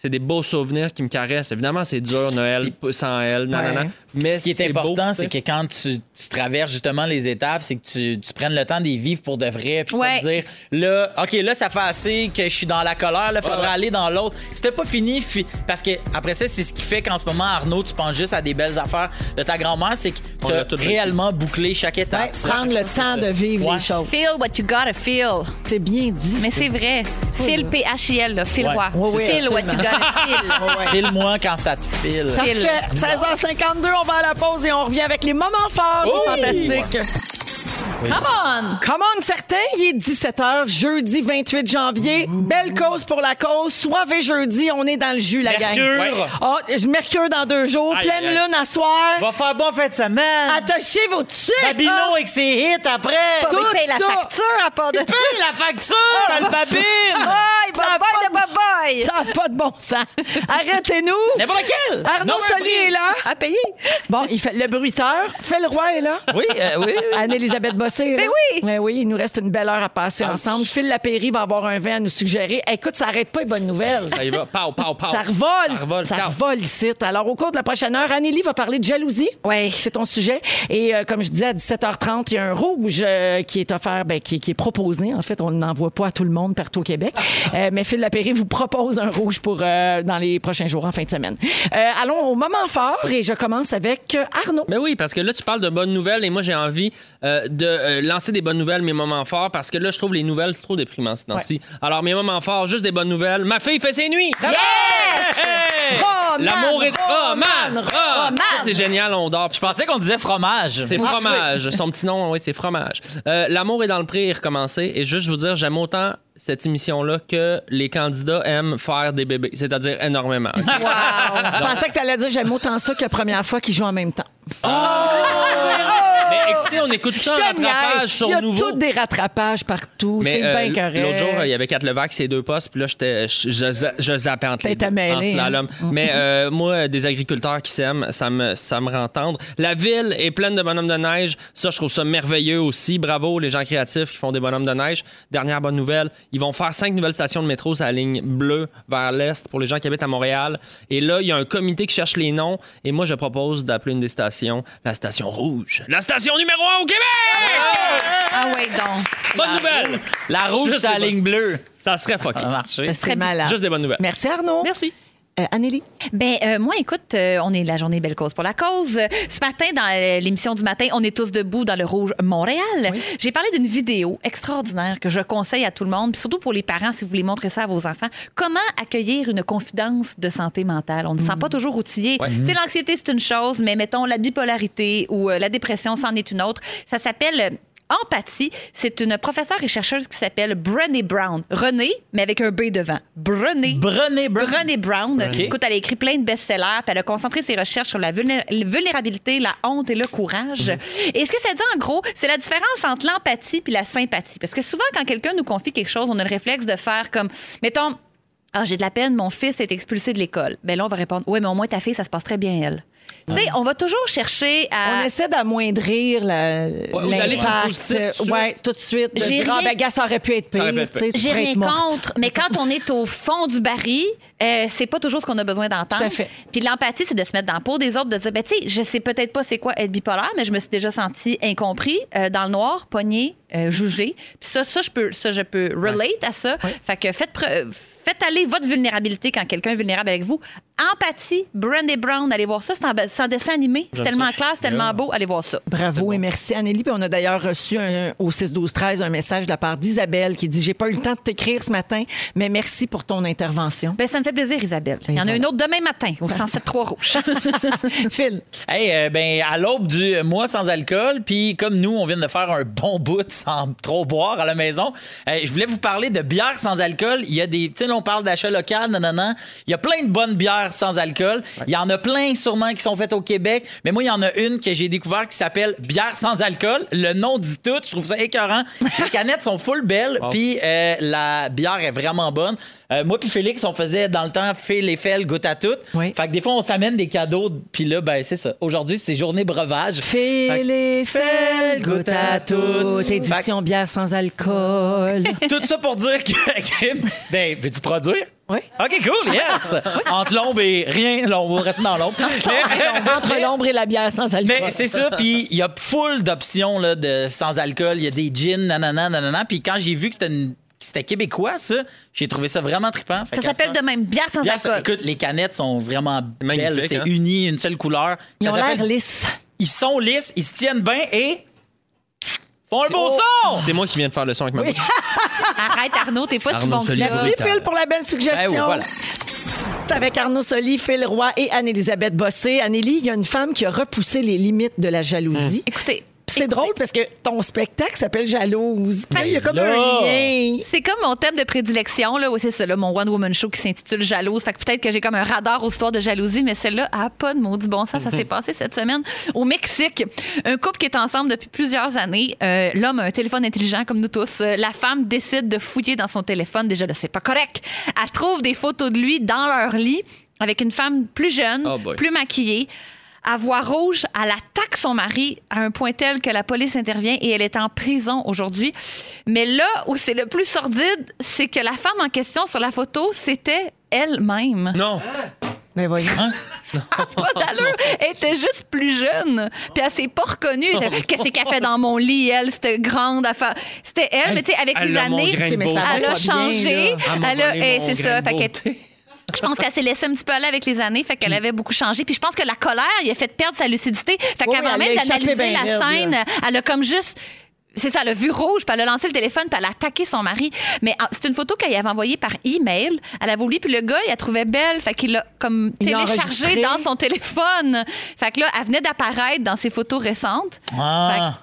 C'est des beaux souvenirs qui me caressent. Évidemment, c'est dur, Noël, sans elle, nanana.
Ouais.
Mais
ce qui est,
c'est beau,
important,
tu sais.
c'est que quand tu, tu traverses justement les étapes, c'est que tu, tu prennes le temps d'y vivre pour de vrai. Puis
Ouais.
pas te dire, là, OK, là, ça fait assez que je suis dans la colère, là, faudrait aller dans l'autre. C'était pas fini. fi- Parce que après ça, c'est ce qui fait qu'en ce moment, Arnaud, tu penses juste à des belles affaires de ta grand-mère, c'est que
On
tu
l'a tout vécu.
réellement bouclé chaque étape.
Ouais,
tu sais.
prendre
Je
le
pense que
temps
c'est
de
ça.
vivre
Ouais.
les choses.
Euh, Feel what you gotta feel.
C'est bien dit.
Mais
ça.
c'est vrai. Feel P-H-I-L, là. Feel
Ouais.
what?
Oui, oui,
feel what you
absolument.
gotta feel.
[LAUGHS]
File-moi quand ça te file.
Feel.
Parfait.
Oh!
16h52, on va à la pause et on revient avec les moments forts du Fantastique.
Come on!
Come on, certain, il est 17h, jeudi 28 janvier. Belle cause pour la cause. Soirée jeudi, on est dans le jus, la gang.
Mercure!
Ah, je- mercure dans deux jours,
Aïe,
pleine
aïe, aïe.
lune à soir.
[LAUGHS] Va faire bon fin de semaine!
Attachez vos tuiles.
Babino avec ses hits après!
Tout
il paye la
ça.
facture à part de
Paye la facture,
Ah.
le babine!
Bye,
Ça
bye,
a
bye,
pas
bye, bye!
Ça n'a pas de bon sens. Arrêtez-nous.
N'importe quel.
Arnaud
Non, un
Soli
prix.
est là.
À payer?
Bon, il fait le bruiteur. Fait le roi est là.
Oui, euh, oui, oui.
Anne-Elisabeth Bossé.
Ben
là.
oui.
Ben oui, il nous reste une belle heure à passer
Ah,
ensemble. Phil Lapéry va avoir un vin à nous suggérer. Écoute, ça n'arrête pas les bonnes nouvelles.
Ça y va. Pow, pow, pow.
Ça revole.
Ça revole.
Ça
Pow.
revole ici. Alors, au cours de la prochaine heure, Anneli va parler de jalousie.
Ouais.
C'est ton sujet. Et euh, comme je disais, à 17h30, il y a un rouge euh, qui est offert, ben, qui, qui est proposé. En fait, on n'en voit pas à tout le monde partout au
[LAUGHS]
Québec. Euh, mais Phil Lapéry vous propose un rouge pour euh, dans les prochains jours, en fin de semaine. Euh, allons au moment fort et je commence avec euh, Arnaud.
Ben oui, parce que là, tu parles de bonnes nouvelles et moi, j'ai envie euh, de euh, lancer des bonnes nouvelles, mes moments forts, parce que là, je trouve les nouvelles, c'est trop déprimant ce temps-ci. Alors, mes moments forts, juste des bonnes nouvelles. Ma fille fait ses nuits!
Roman,
L'amour est. hein? Roman! Roman! Ça, C'est génial, on dort.
Je pensais qu'on disait fromage.
C'est
Ah,
fromage. Son petit nom, oui, c'est fromage. Euh, L'amour est dans le pré est recommencé. Et juste vous dire, j'aime autant cette émission-là que les candidats aiment faire des bébés, c'est-à-dire énormément.
[LAUGHS]
[LAUGHS]
Je pensais que tu allais dire j'aime autant ça que la première fois qu'ils jouent en même temps.
Mais écoutez, on écoute ça en
te
rattrapage
niaise.
sur
Il y a
nouveau.
tous des rattrapages partout.
Mais
C'est
euh,
bien correct.
l'autre jour, il y avait quatre levaques, c'est deux postes, puis là, j'étais, je, je, za- je zappais entre les
T'étais
deux, en
mêlé, hein. Mm.
slalom. Mais euh, moi, euh, des agriculteurs qui s'aiment, ça me, ça me rend tendre. La ville est pleine de bonhommes de neige. Ça, je trouve ça merveilleux aussi. Bravo, les gens créatifs qui font des bonhommes de neige. Dernière bonne nouvelle, ils vont faire cinq nouvelles stations de métro sur la ligne bleue vers l'est pour les gens qui habitent à Montréal. Et là, il y a un comité qui cherche les noms. Et moi, je propose d'appeler une des stations la station rouge. La station numéro un au Québec!
Ah ouais, donc.
Bonne nouvelle!
La rouge,
Juste
c'est la
des bonnes-
ligne bleue.
Ça serait fucké.
Ça va marcher.
Ça serait malade.
Juste des bonnes nouvelles.
Merci Arnaud. Merci. Annélie.
Ben, euh, moi, écoute, euh, on est la journée Belle Cause pour la cause. Euh, Ce matin, dans euh, l'émission du matin, on est tous debout dans le Rouge Montréal. J'ai parlé d'une vidéo extraordinaire que je conseille à tout le monde, puis surtout pour les parents, si vous voulez montrer ça à vos enfants. Comment accueillir une confidence de santé mentale? On ne se sent pas toujours outillé. Tu sais, l'anxiété, c'est une chose, mais mettons, la bipolarité ou euh, la dépression, c'en est une autre. Ça s'appelle... euh, Empathie, c'est une professeure et chercheuse qui s'appelle Brené Brown. René, mais avec un B devant. Brené.
Brené Brown.
Brené Brown.
Ok.
Écoute, elle a écrit plein de best-sellers, puis elle a concentré ses recherches sur la vulné- vulnérabilité, la honte et le courage. Et ce que ça dit, en gros, c'est la différence entre l'empathie puis la sympathie. Parce que souvent, quand quelqu'un nous confie quelque chose, on a le réflexe de faire comme, mettons, ah, j'ai de la peine, mon fils est expulsé de l'école. Ben là, on va répondre, oui, mais au moins ta fille, ça se passe très bien, elle. Tu sais, on va toujours chercher à.
On essaie d'amoindrir la-
ou d'aller sur le
l'impact. euh,
positif tout de
ouais, tout de suite. De
J'ai
dire, ah,
rien-
ben, gars, ça aurait pu être
Ça
pire.
aurait pu être
tu sais, tu
J'ai
pourrais
rien
être morte.
contre, mais quand on est au fond du baril, euh, c'est pas toujours ce qu'on a besoin d'entendre.
Tout à fait.
Puis l'empathie, c'est de se mettre dans le pot des autres, de dire, ben, tu sais, je sais peut-être pas c'est quoi être bipolaire, mais je me suis déjà senti incompris, euh, dans le noir, pogné, euh, jugé. Puis ça, ça, je peux, ça, je peux relate à ça. Fait que faites, pre- faites aller votre vulnérabilité quand quelqu'un est vulnérable avec vous. Empathie, Brandy Brown, allez voir ça, c'est en, c'est en dessin animé. C'est tellement clair, c'est tellement beau, allez voir ça.
Bravo et merci, Anneli. Puis on a d'ailleurs reçu un- au 6-12-13 un message de la part d'Isabelle qui dit J'ai pas eu le temps de t'écrire ce matin, mais merci pour ton [LAUGHS] intervention.
Ben, ça me fait plaisir, Isabelle. Il y en a
voilà.
une autre demain matin, au 107-3
[LAUGHS]
Rouge.
Phil.
Hey, euh, ben, à l'aube du mois sans alcool, puis comme nous, on vient de faire un bon bout sans trop boire à la maison, euh, je voulais vous parler de bière sans alcool. Il y a des. Tu sais, là, on parle d'achat local, non, non, non. Il y a plein de bonnes bières sans alcool. Il y en a plein, sûrement, qui sont faites au Québec. Mais moi, il y en a une que j'ai découvert qui s'appelle Bière sans alcool. Le nom dit tout. Je trouve ça écœurant. Les canettes sont full belles, puis euh, la bière est vraiment bonne. Euh, moi, puis Félix, on faisait dans le temps Phil et Fel, goûte à tout.
Oui.
Fait que des fois, on s'amène des cadeaux, puis là, ben, c'est ça. Aujourd'hui, c'est journée breuvage. Fait
Phil
que
et Phil,
goûte à tout.
Édition bière sans [LAUGHS] alcool.
[LAUGHS] tout ça pour dire que. [LAUGHS] ben, veux-tu produire?
Oui.
OK,
[LAUGHS]
cool, yes! Entre l'ombre et rien, l'ombre, on va rester dans l'ombre. Mais-
Entre l'ombre et la bière sans alcool.
Mais c'est ça, puis il y a full d'options là, de sans alcool, il y a des gins, nanana, nanana. Puis quand j'ai vu que c'était une- que c'était québécois, ça, j'ai trouvé ça vraiment trippant. Fait
Ça
qu'à
s'appelle
ce
de même bière sans
temps- Yes,
alcool.
écoute, les canettes sont vraiment
magnifique,
belles, c'est
hein?
uni, une seule couleur.
Ils
Ça
ont l'air
s'appelle-
lisses.
ils sont lisses, ils se tiennent bien et font un beau son.
C'est moi qui viens de faire le son avec ma bouche.
Arrête, Arnaud, t'es pas si
Arnaud
bon que
Soli.
ça.
Merci
Brutal.
Phil pour la belle suggestion.
Ben oui, voilà.
Avec Arnaud Soli, Phil
Hein.
Roy et Anne-Élisabeth Bossé. Annélie, il y a une femme qui a repoussé les limites de la jalousie.
Écoutez,
Puis c'est drôle parce que ton spectacle s'appelle Jalouse.
Ben
Puis là, Il y a comme un
là!
lien.
C'est comme mon thème de prédilection, là. Oui, c'est ça, là, mon One Woman Show qui s'intitule Jalouse. Fait que peut-être que j'ai comme un radar aux histoires de jalousie, mais celle-là a pas de maudit bon sens. Ça s'est passé cette semaine au Mexique. Un couple qui est ensemble depuis plusieurs années. Euh, L'homme a un téléphone intelligent comme nous tous. Euh, la femme décide de fouiller dans son téléphone. Déjà, là, c'est pas correct. Elle trouve des photos de lui dans leur lit avec une femme plus jeune,
Oh boy.
plus maquillée. À voix rouge, elle attaque son mari à un point tel que la police intervient et elle est en prison aujourd'hui. Mais là où c'est le plus sordide, c'est que la femme en question sur la photo, c'était elle-même.
Non.
Mais voyons.
Pas [LAUGHS] d'allure. Elle était juste plus jeune. Puis elle s'est pas reconnue. Elle était, Qu'est-ce qu'elle fait dans mon lit, elle? C'était grande. elle fait- C'était elle, mais tu sais, avec
elle
les
a mon
années,
grain de
mais ça
beauté.
va
elle a
pas bien,
changé.
là.
Elle m'a
Elle a,
volé
eh,
mon
c'est
grain
ça.
de
Fait qu'elle-
beauté.
je pense qu'elle s'est laissée un petit peu aller avec les années, fait qu'elle avait beaucoup changé. Puis je pense que la colère, il a fait perdre sa lucidité. Fait
Oui,
qu'avant
elle
même
a échappé
d'analyser
bien
la
raide,
scène,
là.
Euh, elle a comme juste. C'est ça, elle a vu rouge, puis elle a lancé le téléphone, puis elle a attaqué son mari. Mais ah, c'est une photo qu'elle avait envoyée par email. Elle avait oublié, puis le gars, il la trouvait belle, fait qu'il l'a comme
Il l'a
téléchargée
enregistrée.
dans son téléphone. Fait que là, elle venait d'apparaître dans ses photos récentes.
Ah.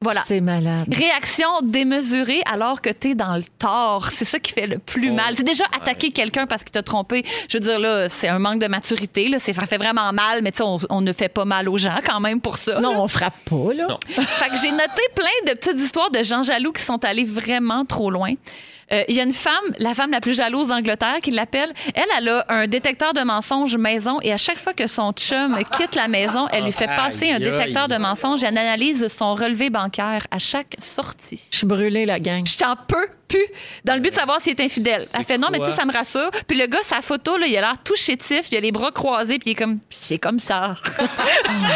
Voilà.
C'est malade.
Réaction démesurée alors que t'es dans le tort. C'est ça qui fait le plus mal. C'est déjà attaquer quelqu'un parce qu'il t'a trompé. Je veux dire, là, c'est un manque de maturité. Là. C'est- Ça fait vraiment mal, mais tu sais, on, on ne fait pas mal aux gens quand même pour ça.
Non, on frappe pas, là.
Fait que j'ai noté plein de petites histoires de gens jaloux qui sont allés vraiment trop loin. Euh, Il y a une femme, la femme la plus jalouse d'Angleterre, qui l'appelle. Elle, elle a un détecteur de mensonges maison et à chaque fois que son chum quitte la maison, elle lui fait passer un
Aïe,
détecteur
aïe.
de mensonges et elle analyse son relevé bancaire à chaque sortie.
Je suis brûlée, la gang.
Je t'en peux plus. Dans le but de savoir s'il est infidèle. Elle fait non, mais tu sais,
quoi?
ça me rassure. Puis le gars, sa photo, là, il a l'air tout chétif, il a les bras croisés, puis il est comme, c'est comme
[LAUGHS]
ça.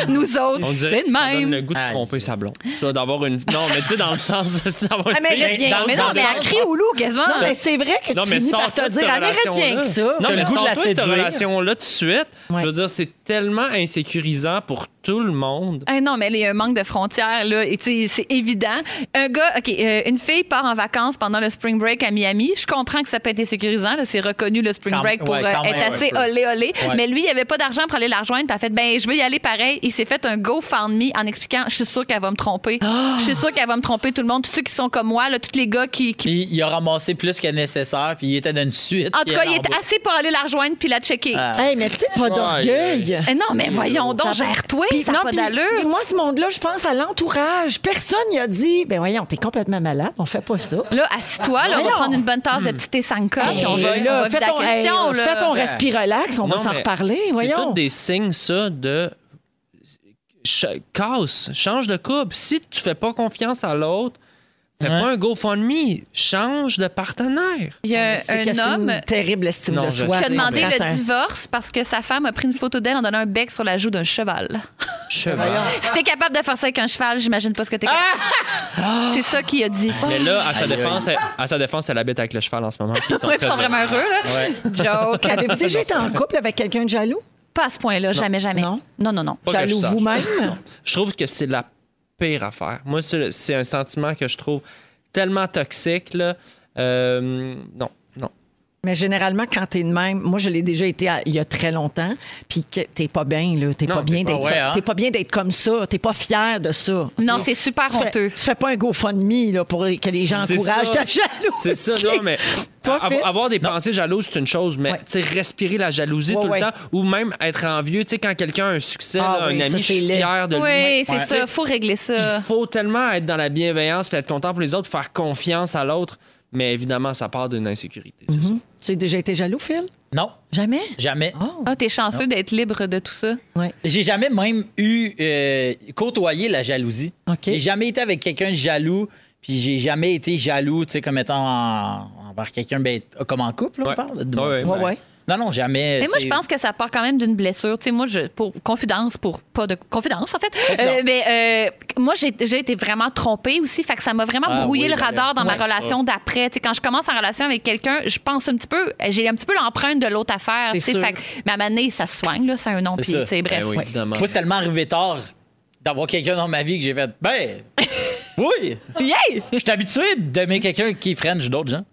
Nous autres,
On
c'est
dirait
le
que ça donne
même.
le goût de
Aïe.
tromper sa blonde. Ça, d'avoir une. Non, mais tu sais, dans le sens. [LAUGHS] c'est d'avoir une fille-
Américaine.
dans le
Mais non,
sens-
mais elle crie au loup quasiment.
Non, mais c'est vrai que
Non,
tu
mais
finis par
sors-toi
te
de cette
dire, arrête bien
relation-là.
que ça.
Non,
T'as
mais
le goût de la
sors-toi de cette
séduire.
relation-là tout de suite.
Ouais.
Je veux dire, c'est tellement insécurisant pour tout le monde.
Eh non, mais il y a un manque de frontières, là. Et tu sais, c'est évident. Un gars, OK, euh, une fille part en vacances pendant le spring break à Miami. Je comprends que ça peut être insécurisant, là. C'est reconnu le spring
Quand-
break pour
ouais,
euh,
quand même,
être assez
un peu.
olé olé.
Ouais.
Mais lui, il avait pas d'argent pour aller la rejoindre. T'as fait, ben, je veux y aller pareil. Il s'est fait un GoFundMe en expliquant, je suis sûre qu'elle va me tromper.
Ah!
Je suis sûre qu'elle va me tromper tout le monde. Tous ceux qui sont comme moi, là, tous les gars qui. qui-
Puis il a ramassé plus que nécessaire, puis il était d'une suite.
En tout
puis
cas,
elle
il
en
est
bas.
assez pour aller la rejoindre puis la checker.
Ah.
Hey, mais tu sais, pas d'orgueil.
Eh non, mais voyons donc, gère-toi,
Puis-
ça
non,
n'a pas
puis-
d'allure.
puis moi, ce monde-là, je pense à l'entourage. Personne n'a dit, ben voyons, t'es complètement malade, on fait pas ça.
Là, assis-toi, là, on va
Voyons.
prendre une bonne tasse de
Hmm.
petit thé Sanka, puis on va,
Hey,
on
là,
va
fais
vider la
ton, hey,
question, là.
fais ton respirelax, on va
Non,
s'en
mais
reparler,
C'est
voyons.
tous des signes, ça, de. Ch- casse, change de couple. Si tu fais pas confiance à l'autre, fais
Ouais.
pas un GoFundMe. Change de partenaire.
Il y a
C'est que
un
c'est une
homme
terrible estime
Non,
de
je
soi.
sais.
qui a
c'est
demandé
Attends.
le divorce parce que sa femme a pris une photo d'elle en donnant un bec sur la joue d'un cheval.
Cheval.
Si t'es capable de faire ça avec un cheval, j'imagine pas ce que t'es capable.
Ah!
C'est ça qu'il a dit.
Mais là, à sa,
Aïe, aïe.
défense, elle, à sa défense, elle habite avec le cheval en ce moment. puis Ils sont,
Ouais, ils
très
sont
heureux.
vraiment heureux, là. Joke.
Avez-vous déjà été en couple avec quelqu'un de jaloux?
Pas à ce point-là, jamais, jamais.
Non.
non, non. non.
Pas que je
jaloux
sache.
vous-même?
Je trouve que c'est la pire affaire. Moi, c'est c'est un sentiment que je trouve tellement toxique. Là. Euh, non, non.
Mais généralement, quand t'es de même, moi, je l'ai déjà été à- il y a très longtemps, puis que t'es pas bien, là. T'es
Non,
pas bien
t'es pas-
d'être
ouais, hein.
t'es pas bien d'être comme ça. T'es pas fier de ça.
Non, c'est super
Tu fais-
honteux.
Tu fais pas un GoFundMe là, pour que les gens
C'est
encouragent
ça.
ta jalousie.
C'est ça, non, mais
Toi,
av-
Phil?
avoir des pensées jalouses, c'est une chose, mais
Ouais.
tu sais, respirer la jalousie
Ouais,
tout
ouais.
le temps ou même être envieux, tu sais, quand quelqu'un a un succès,
Ah
là,
oui,
un
ça,
ami, je
c'est
suis
laid.
fier de lui.
Oui, c'est
Ouais.
ça. Faut euh, régler ça.
[LAUGHS]
Il faut tellement être dans la bienveillance puis être content pour les autres, faire confiance à l'autre, mais évidemment, ça part d'une insécurité, c'est sûr.
Tu as déjà été jaloux, Phil?
Non,
Jamais?
jamais.
Oh.
Ah, t'es chanceux d'être libre de tout ça.
Ouais.
J'ai jamais même eu euh, côtoyé la jalousie.
OK.
J'ai jamais été avec quelqu'un de jaloux, puis j'ai jamais été jaloux, tu sais, comme étant en- envers quelqu'un, ben, comme en couple, là, on
Ouais.
parle.
Ouais,
c'est
ouais.
ça.
Ouais, ouais.
Non, non, jamais.
Mais moi,
tu
je
sais.
pense que ça part quand même d'une blessure. Tu sais, moi, je, pour confidence, pour pas de confidence, en fait. Euh, mais euh, moi, j'ai j'ai été vraiment trompée aussi. Fait que ça m'a vraiment
Ah
brouillé
oui,
le
ben là.
radar dans ma
Ouais.
relation d'après. Tu sais, quand je commence en relation avec quelqu'un, je pense un petit peu, j'ai un petit peu l'empreinte de l'autre affaire.
C'est
tu sais.
sûr.
Fait que, mais à ma année, ça se soigne, là, c'est un nom.
C'est
Puis,
ça.
tu sais, bref.
Ben oui,
ouais.
évidemment.
Moi, c'est tellement arrivé tard d'avoir quelqu'un dans ma vie que j'ai fait,
[LAUGHS]
ben, oui.
Yeah!
Je suis habitué d'aimer quelqu'un qui French d'autres gens.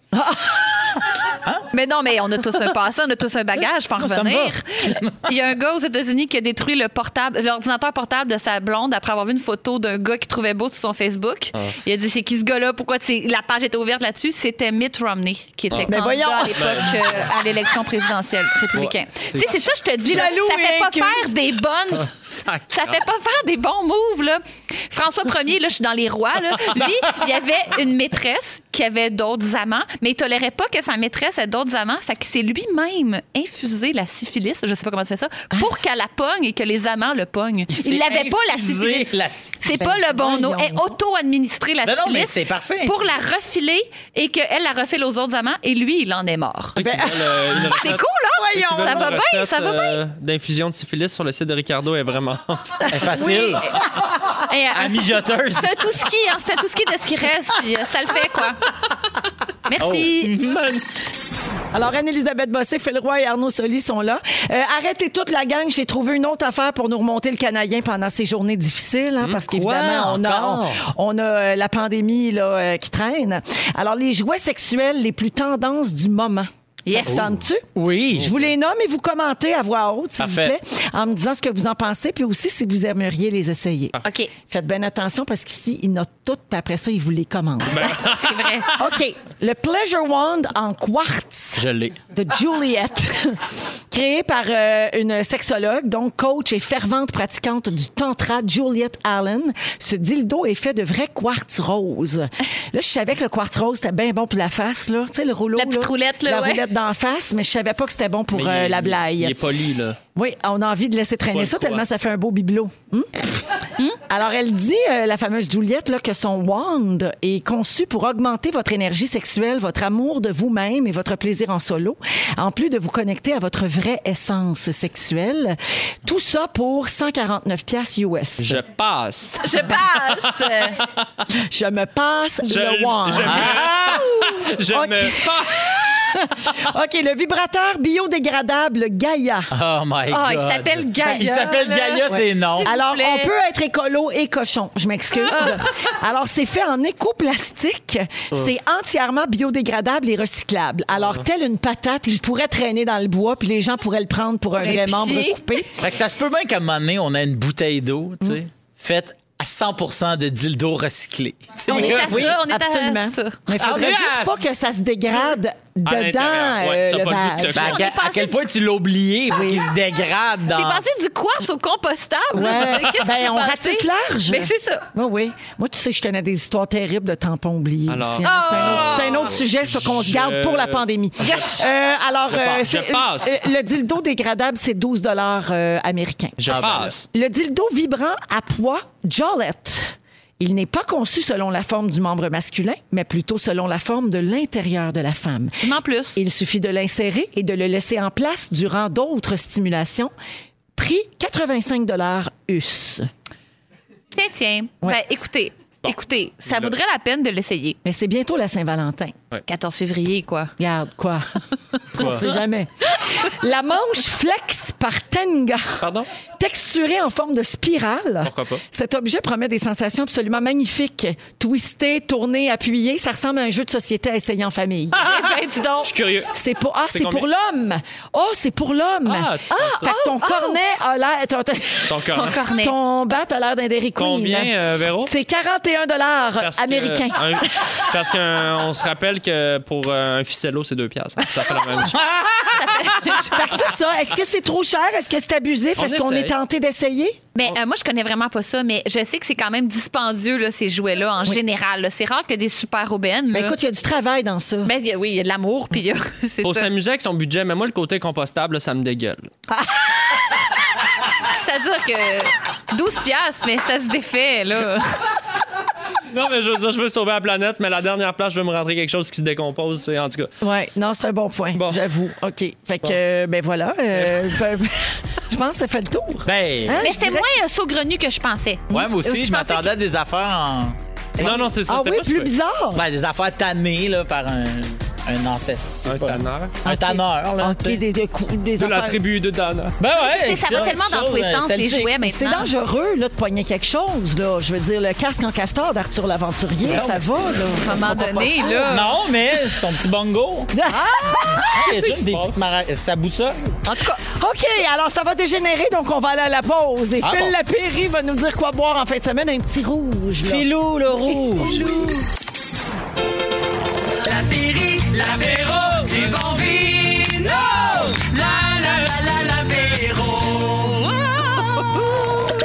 Mais non, mais on a tous un passé, on a tous un bagage, faut en
ça me
revenir.
[LAUGHS]
Il y a un gars aux États-Unis qui a détruit le portable, l'ordinateur portable de sa blonde après avoir vu une photo d'un gars qu'il trouvait beau sur son Facebook. Il a dit c'est qui ce gars-là Pourquoi c'est- la page était ouverte là-dessus C'était Mitt Romney qui était
Mais
candidat
voyons!
à l'époque euh, à l'élection présidentielle républicaine. tu sais, c'est ça je te dis, là,
Jaloux
ça fait
et
pas
inculte.
faire des bonnes
Sac.
ça fait pas faire des bons moves, là. François Ier, là, je suis dans les rois, là. Lui, il y avait une maîtresse qui avait d'autres amants, mais il tolérait pas que sa maîtresse ait d'autres amants. Fait que c'est lui-même infusé la syphilis, je sais pas comment tu fais ça, pour qu'elle la pogne et que les amants le pognent.
s'est
Il l'avait pas, la
infusé
syphilis.
la syphilis.
C'est pas le bon nom.
voyons
Elle auto-administré la
Ben non,
syphilis.
mais c'est parfait.
Pour la refiler et qu'elle la refile aux autres amants et lui, il en est mort. Ben,
Qui veulent, euh, une
[LAUGHS] C'est
recette-
cool, hein?
qui veulent
Ça
une
va bien,
recette,
ça va bien.
euh, D'infusion de syphilis sur le site de Ricardo
[LAUGHS]
est vraiment. [LAUGHS]
C'est facile.
Et, euh, [LAUGHS]
Ami joteuse.
C'est un tout ski, hein, c'est un tout ski de ce qui reste, puis euh, ça le fait, quoi. Merci.
Oh.
Alors, Anne-Elisabeth Bossé, Phil Roy et Arnaud Soli sont là. Euh, arrêtez toute la gang. J'ai trouvé une autre affaire pour nous remonter le Canadien pendant ces journées difficiles, hein, parce qu'évidemment, on a,
Encore?
on, on a euh, la pandémie là, euh, qui traîne. Alors, les jouets sexuels les plus tendances du moment.
Yes.
tu
Oui.
Je vous les nomme et vous commentez à voix haute, s'il vous
Oh. Parfait.
plaît, en me disant ce que vous en pensez, puis aussi si vous aimeriez les essayer.
OK.
Faites bien attention parce qu'ici, ils notent toutes, puis après ça, ils vous les commandent. [LAUGHS]
C'est vrai.
OK. Le Pleasure Wand en quartz
Je l'ai.
de Juliette, [LAUGHS] créée par euh, une sexologue, donc coach et fervente pratiquante du tantra, Juliette Allen. Ce dildo est fait de vrai quartz rose. Là, je savais que le quartz rose c'était bien bon pour la face, là. Tu sais, le rouleau.
La petite
là.
roulette, là,
La
ouais.
roulette d'en face, mais je savais pas que c'était bon pour
Mais
euh,
il-
la blague.
Il est poli, là.
Oui, on a envie de laisser traîner
Pas
ça
le choix.
tellement ça fait un beau bibelot. Hum? Alors, elle dit, euh, la fameuse Juliette, là, que son wand est conçu pour augmenter votre énergie sexuelle, votre amour de vous-même et votre plaisir en solo, en plus de vous connecter à votre vraie essence sexuelle. Tout ça pour 149 pièces US. Je,
Je passe.
Je passe.
Oh,
me passe
Je
le wand.
[LAUGHS] Je, me... je
Ok.
me passe.
OK, le vibrateur biodégradable Gaia.
Oh my
Ah,
God.
il s'appelle Gaïa.
Il s'appelle
là.
Gaïa, c'est non.
vous
Alors,
plaît.
on peut être écolo et cochon. Je m'excuse. [LAUGHS] Alors, c'est fait en éco-plastique.
Ah.
C'est entièrement biodégradable et recyclable. Alors, tel une patate, il pourrait traîner dans le bois, puis les gens pourraient le prendre pour un
Mais
vrai
puis-
membre coupé.
Fait que ça se peut bien qu'à un moment donné, on a une bouteille d'eau, tu sais, faite à 100 de dildo recyclé. [LAUGHS] Tu sais,
On est à
oui.
ça, on est
Absolument.
à ça.
Mais il faudrait
Ah,
juste
yes!
pas que ça se dégrade dedans,
l'intérieur, ouais,
euh,
t'as
le
pas le goût de
vase.
te
On
Ben, à,
est
quel- à
passé
quel
du-
point tu l'as oublié pour qu'il se dégrade
T'es
dans.
passé du quartz au compostable.
Ouais.
Qu'est-ce qui
Ben,
s'est
on
passé?
ratisse large.
Mais c'est ça.
Oui, Oh, oui. Moi, tu sais, je connais des histoires terribles de tampons oubliés.
Alors- Ah!
aussi, hein. C'est un autre- C'est un, autre sujet, ça, qu'on se garde pour la pandémie. Euh, alors, euh,
passe.
c'est-
Je passe.
euh, le dildo dégradable, c'est 12 euh, américains.
Je passe.
Le dildo vibrant à poids Jolette. Il n'est pas conçu selon la forme du membre masculin, mais plutôt selon la forme de l'intérieur de la femme.
Mais en plus.
Il suffit de l'insérer et de le laisser en place durant d'autres stimulations. Prix 85 US.
Tiens, tiens. Ben, écoutez. Écoutez, ça
Là.
vaudrait la peine de l'essayer.
Mais c'est bientôt la Saint-Valentin.
14 février, quoi.
Regarde, quoi? [LAUGHS] On sait jamais. La manche flex par Tenga.
Pardon?
Texturée en forme de spirale.
Pourquoi pas?
Cet objet promet des sensations absolument magnifiques. Twisté, tourné, appuyé, ça ressemble à un jeu de société à essayer en famille.
Eh ben, dis donc.
Je suis curieux.
C'est pour ah,
Ah, C'est
c'est pour l'homme. Oh, c'est pour l'homme.
Ah, tu penses ça.
fait que ton cornet a l'air ton, ton-
Ton corps.
Ton cornet.
ton bat a l'air d'un Dairy Queen.
Combien, euh, Véro?
C'est 41 dollars
Parce que-
américains.
un- parce qu'on se rappelle que pour euh, un ficello, c'est deux piastres. Ça fait la même chose.
Fait que c'est ça. Est-ce que c'est trop cher? Est-ce que c'est abusif?
On
Est-ce qu'on
essaye.
est tenté d'essayer?
Mais
Oh.
euh, moi, je connais vraiment pas ça, mais je sais que c'est quand même dispendieux, là, ces jouets-là, en général. là. C'est rare que des super aubaines.
Ben
là.
écoute, il y a du travail dans ça.
Mais Ben, il y a- oui, il y a de l'amour, puis il y a- [LAUGHS] c'est
Faut
ça.
s'amuser avec son budget, mais moi, le côté compostable, là, ça me dégueule.
C'est-à-dire que 12 piastres, mais ça se défait, là.
Non, mais je veux dire, je veux sauver la planète, mais la dernière place, je veux me rentrer quelque chose qui se décompose. C'est en tout cas.
Ouais, non, c'est un bon point.
Bon.
J'avoue. OK. Fait que, euh, ben voilà. euh, ben, [LAUGHS] je pense que ça fait le tour.
Ben,
Hein,
Mais
je
c'était
dirais-
moins euh, saugrenu que je pensais.
ouais, moi
Euh, tu
aussi,
pensais
je m'attendais à des affaires en.
Non, non, c'est ça.
Ah
c'était
oui,
pas
plus
super.
bizarre.
Ben, des affaires tannées, là, par un. Un ancestre. c'est
Un
pas-
tanneur.
Un tanneur, là.
OK,
tu sais.
des, des coups- des
De Ben, la
affaires.
tribu de Dana.
Ben ouais,
Tu sais, ça va
c'est
tellement dans
chose,
tous les
euh,
sens, les
celtique.
jouets
C'est
maintenant.
dangereux là, de poigner quelque chose. Là. Je veux dire, le casque en castor d'Arthur l'aventurier,
Non,
ça
mais-
va. Là.
Ben À un moment donné, Ah! là.
Non, mais son petit bongo. Il y a juste des petites maracas. Ça bout ça.
En tout cas, OK, alors ça va dégénérer, donc on va aller à la pause. Et
Ah
Phil
bon.
Lapéry va nous dire quoi boire en fin de semaine, un petit rouge. là.
Filou, le rouge.
La Péri, l'apéro du bon vino. La la la la l'apéro.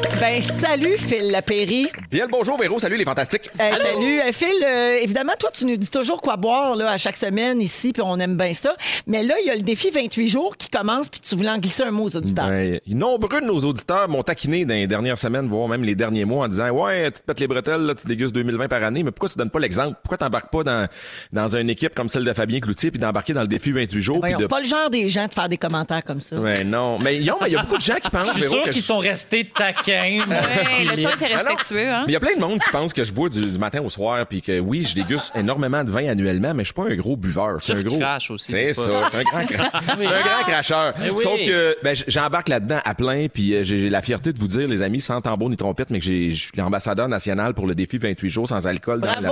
[LAUGHS] Ben, salut Phil Lapéry.
Bien le bonjour, Véro. Salut les fantastiques.
Euh, salut. Euh, Phil, euh, évidemment, toi, tu nous dis toujours quoi boire là, à chaque semaine ici, puis on aime bien ça. Mais là, il y a le défi 28 jours qui commence, puis tu voulais en glisser un mot aux auditeurs.
Ben, nombreux de nos auditeurs m'ont taquiné dans les dernières semaines, voire même les derniers mois, en disant Ouais, tu te pètes les bretelles, là, tu dégustes 2020 par année, mais pourquoi tu donnes pas l'exemple Pourquoi t'embarques pas dans, dans une équipe comme celle de Fabien Cloutier, puis d'embarquer dans le défi 28 jours puis
Voyons,
de...
c'est Ben, pas le genre des gens de faire des commentaires comme ça.
Ouais, non. Mais il y a beaucoup de gens qui pensent.
Je suis
Véro,
sûr
que
qu'ils sont restés taquins. mon
Ouais, ben, le
Philippe.
ton était
Ah non.
respectueux, hein?
Mais il y a plein de monde qui pense que je bois du, du matin au soir, puis que oui, je déguste énormément de vin annuellement, mais je suis pas un gros buveur. C'est
Tu
un gros.
recraches aussi,
C'est
des
ça,
fois. Eh
c'est un grand, cra-
[LAUGHS]
un grand cracheur.
oui.
Sauf que ben, j- j'embarque là-dedans à plein, puis euh, j'ai j'ai la fierté de vous dire, les amis, sans tambour ni trompette, mais que j'ai- je suis l'ambassadeur national pour le défi 28 jours sans alcool. Dans la...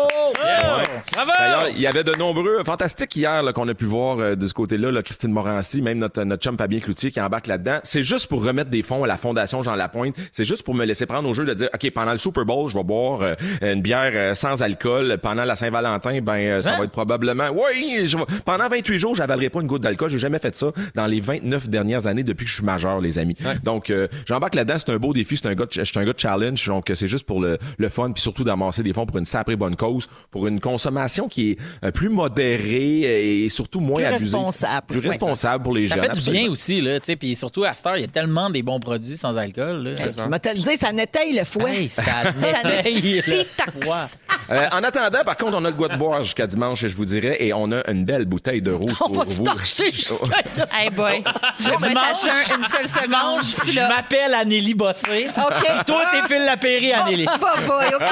D'ailleurs, il y avait de nombreux euh, fantastiques hier là, qu'on a pu voir euh, de ce côté-là. là, Christine Morancy, même notre, euh, notre chum Fabien Cloutier qui embarque là-dedans. C'est juste pour remettre des fonds à la Fondation Jean Lapointe. C'est juste pour me laisser prendre au jeu de dire, OK, pendant le Super Bowl, je vais boire euh, une bière euh, sans alcool. Pendant la Saint-Valentin, ben euh,
Hein?
ça va être probablement... Oui, je vais- pendant 28 jours, j'avalerai pas une goutte d'alcool. J'ai jamais fait ça dans les 29 dernières années depuis que je suis majeur, les amis. Donc, euh, j'embarque là-dedans. C'est un beau défi. C'est un gars, de- je suis un gars de challenge. Donc, euh, c'est juste pour le, le fun, puis surtout d'amasser des fonds pour une sacrée bonne cause, pour une consommation qui est euh, plus modérée et surtout moins
Plus
abusée.
responsable.
Plus
Ouais.
responsable pour les
Ça
jeunes.
fait du bien
absolument.
aussi, là, tu sais. Puis surtout, à cette heure, il y a tellement des bons produits sans alcool, là.
Je vais te le dire, ça n'étaye le fouet.
Hey, ça m'étaye le froid.
Euh, en attendant, par contre, on a le goût de boire jusqu'à dimanche, je vous dirais, et on a une belle bouteille de rouge
[LAUGHS] [LAUGHS] On
pour
va se
vous.
torcher jusqu'à là.
Hey boy. Je vais mettre à
Dimanche.
jeun une seule seconde.
Dimanche,
je suis
Ah, je
là.
m'appelle Anélie Bossé.
OK.
[LAUGHS] Toi, t'es Phil Lapéry, Anélie.
Pas boy, OK.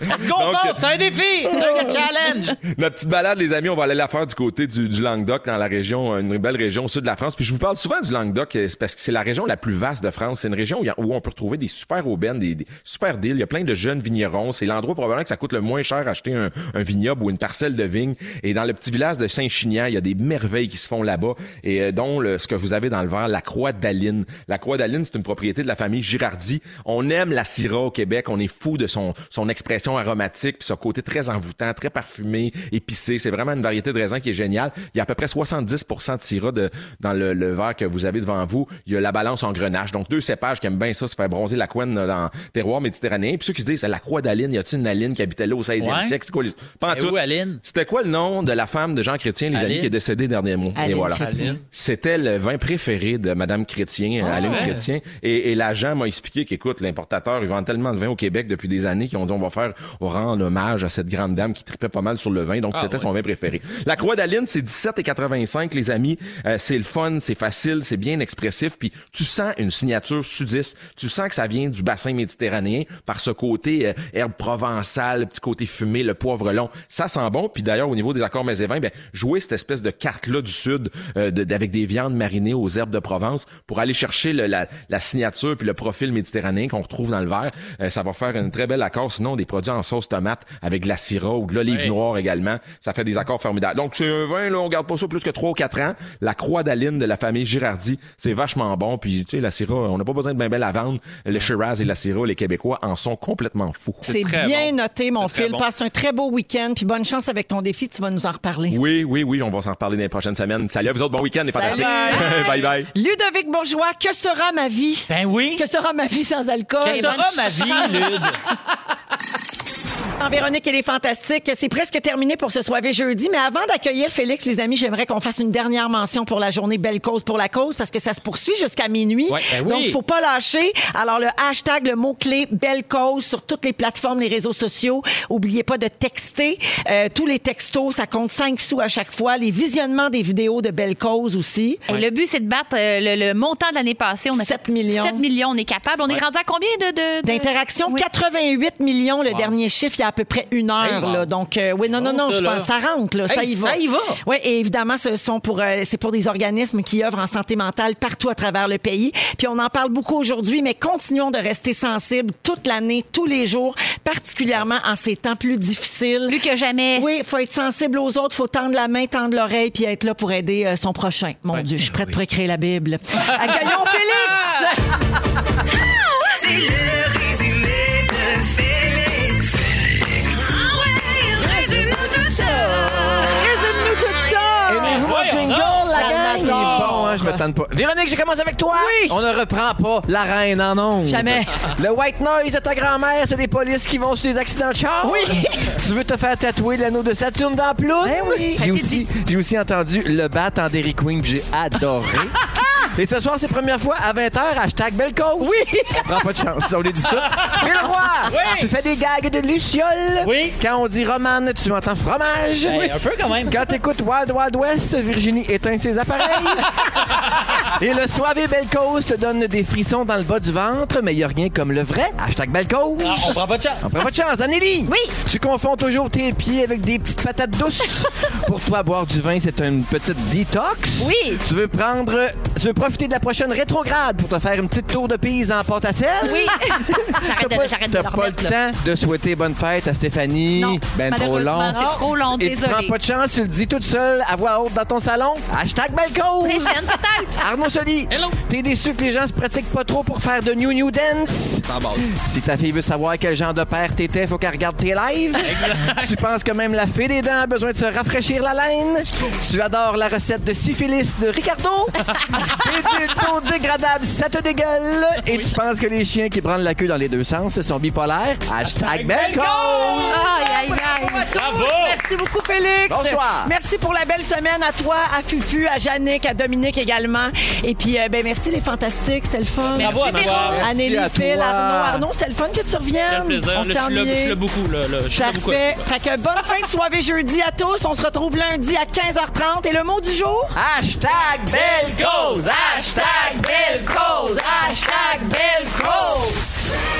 Let's go,
Donc,
Paul, c'est un défi, c'est un challenge.
Notre petite balade, les amis, on va aller la faire du côté du, du Languedoc, dans la région, euh, une belle région au sud de la France. Puis je vous parle souvent du Languedoc euh, c'est parce que c'est la région la plus vaste de France. C'est une région où, il y a- où on peut retrouver des super aubaines, des, des super deals. Il y a plein de jeunes vignerons. C'est l'endroit probablement que ça coûte le moins cher acheter un, un vignoble ou une parcelle de vigne. Et dans le petit village de Saint-Chinian, il y a des merveilles qui se font là-bas, et euh, dont le- ce que vous avez dans le verre, la Croix d'Aline. La Croix d'Aline, c'est une propriété de la famille Girardi. On aime la Syrah au Québec. On est fou de son, son expression aromatique, puis son côté très envoûtant, très parfumé, épicé. C'est vraiment une variété de raisin qui est géniale. Il y a à peu près 70 de Syrah de- dans le, le verre que vous avez devant vous. Il y a la balance en grenache. Donc, deux cépages qui aiment bien ça, se faire bronzer la couenne là, dans le terroir méditerranéen. Puis ceux qui se disent, la Croix d'Aline, y a-t-il une Aline qui habitait là au 16e
Ouais.
siècle? C'est quoi les... Pas en
Ben
tout.
où, Aline?
C'était quoi le nom de la femme de Jean Chrétien, les
Aline.
amis, qui est décédée dernier mois?
Aline
Et voilà.
Chrétien. Ah Aline.
C'était le vin préféré de Madame Chrétien, Aline Chrétien. Et, et l'agent m'a expliqué qu'écoute, l'importateur, il vend tellement de vin au Québec depuis des années qu'ils ont dit on va faire, on va rendre hommage à cette grande dame qui tripait pas mal sur le vin. Donc,
Ah
c'était son vin préféré. La Croix d'Aline, c'est 17,85, les amis. Euh, c'est le fun, c'est facile, c'est bien expressif. Puis, tu sens une signature sudiste. Tu sens que ça vient du bassin méditerranéen par ce côté euh, herbe provençale, petit côté fumé, le poivre long. Ça sent bon. Puis d'ailleurs, au niveau des accords mais et vins, ben, jouer cette espèce de carte-là du Sud euh, de- avec des viandes marinées aux herbes de Provence pour aller chercher le- la, la signature puis le profil méditerranéen qu'on retrouve dans le verre. Euh, ça va faire un très bel accord. Sinon, des produits en sauce tomate avec de la syrah ou de l'olive noire également. Ça fait des accords formidables. Donc, c'est un vin, là, on garde pas ça plus que 3 ou 4 ans. La Croix d'Aline de la famille Girardi, c'est vachement bon. Puis, tu sais, la syrah, on n'a pas besoin de bien belle à vendre. Le Shiraz et la syrah, les Québécois en sont complètement fous.
C'est
très
bien
bon.
noté, mon
C'est très
Phil.
bon.
Passe un très beau week-end, puis bonne chance avec ton défi. Tu vas nous en reparler.
Oui, oui, oui, on va s'en reparler dans les prochaines semaines. Salut à vous autres, bon week-end, les fantastiques. [LAUGHS] bye bye.
Ludovic Bourgeois, que sera ma vie?
Ben oui.
Que sera ma vie sans alcool? Eh ben,
Quelle
Et
sera
bonne
ma vie, Lud?
En Véronique, elle est fantastique. C'est presque terminé pour ce soirée jeudi. Mais avant d'accueillir Félix, les amis, j'aimerais qu'on fasse une dernière mention pour la journée Belle Cause pour la Cause parce que ça se poursuit jusqu'à minuit.
Ouais, ben oui.
Donc, faut pas lâcher. Alors, le hashtag, le mot-clé Belle Cause sur toutes les plateformes, les réseaux sociaux. Oubliez pas de texter. Euh, tous les textos, ça compte 5 sous à chaque fois. Les visionnements des vidéos de Belle Cause aussi.
Et le but, c'est de battre euh, le, le montant de l'année passée. On a
7
fait
millions.
7 millions, on est capable. On est rendu à combien de... de- de-
D'interactions,
Oui.
88 millions le dernier chiffre. Il y a à peu près une heure.
Hey.
là. Donc, euh, oui, non, non,
Bon,
non,
ça,
je
là.
pense, ça rentre. Là, ça
Hey,
y va.
ça y va.
Oui, et évidemment, ce sont pour, euh, c'est pour des organismes qui œuvrent en santé mentale partout à travers le pays. Puis on en parle beaucoup aujourd'hui, mais continuons de rester sensibles toute l'année, tous les jours, particulièrement en ces temps plus difficiles.
Plus que jamais.
Oui, il faut être sensible aux autres, faut tendre la main, tendre l'oreille, puis être là pour aider euh, son prochain. Mon Dieu,
Ben
je suis prête pour écrire la Bible. [LAUGHS]
[LAUGHS]
Accueillons Félix!
C'est le résumé de Félix. Ah ouais, résume-nous tout ça.
Résume-nous tout ça!
Aimez-vous mon
Voyons
jingle,
donc,
la
ça m'adore.
gang? Il est bon, hein, je me tente pas. Véronique, je commence avec toi.
Oui.
[LAUGHS] On ne reprend pas la reine en ondes.
Jamais.
Le white noise de ta grand-mère, c'est des polices qui vont sur les accidents de char.
Oui.
Tu veux te faire tatouer l'anneau de Saturne dans la ploune?
Eh oui. Ça a été
J'ai aussi, j'ai aussi entendu le bat en Dairy Queen, puis j'ai adoré. [LAUGHS] Et ce soir, c'est première fois à 20h, hashtag belle cause. Oui. Prends pas de chance, on les dit [LAUGHS] ça. Phil Roy, tu fais des gags de luciole.
Oui.
Quand on dit romane, tu entends fromage.
Hey, un peu quand même.
Quand t'écoutes Wild Wild West, Virginie éteint ses appareils. Et le soirée Belle Cause te donne des frissons dans le bas du ventre, mais il a rien comme le vrai. Hashtag Belle Cause.
Ah, on prend pas de chance.
On prend pas de chance, Anneli!
Oui.
Tu confonds toujours tes pieds avec des petites
[LAUGHS]
patates douces. Pour toi, boire du vin, c'est une petite détox.
Oui.
Tu veux prendre. Tu veux profiter de la prochaine rétrograde pour te faire une petite tour de pise en pâte à sel?
Oui. [LAUGHS]
T'as
J'arrête de,
pas,
j'arrête de
t'as
le
pas le
remettre, là.
temps de souhaiter bonne fête à Stéphanie.
Non,
ben trop long.
malheureusement, c'est trop long,
Et tu prends
désolée.
pas de chance, tu le dis toute seule à voix haute dans ton salon. Hashtag belle cause.
Prochaine, peut-être.
Arnaud Soli, t'es déçu que les gens se pratiquent pas trop pour faire de New New Dance?
Sans base.
Si ta fille veut savoir quel genre de père t'étais, faut qu'elle regarde tes lives. tu penses que même la fée des dents a besoin de se rafraîchir la laine. Tu adores la recette de syphilis de Ricardo. Et tu trop dégradable, ça te dégueule. Et tu penses que les chiens qui prennent la queue dans les deux sens sont bipolaires. Hashtag belle cause.
Aïe, aïe, aïe.
Bravo à tous.
Bravo.
Merci beaucoup, Félix.
Bonsoir.
Merci pour la belle semaine à toi, à Fufu, à Yannick, à Dominique également. Et puis, euh, ben, merci les fantastiques, c'était le fun.
Bravo à toi.
Merci
Anneli,
à
Phil,
toi.
Arnaud, Arnaud, c'était le fun que tu reviennes.
Quel plaisir. Là,
On
je
s'est
suis là, je
ennuyés.
suis là beaucoup. Là, là. Je suis là beaucoup.
Parfait. Fait que bonne fin de soirée jeudi à tous. On se retrouve lundi à 15h30. Et le mot du jour?
Hashtag belle cause. Hashtag belle cause. Hashtag belle cause.
Hashtag Belle Cause.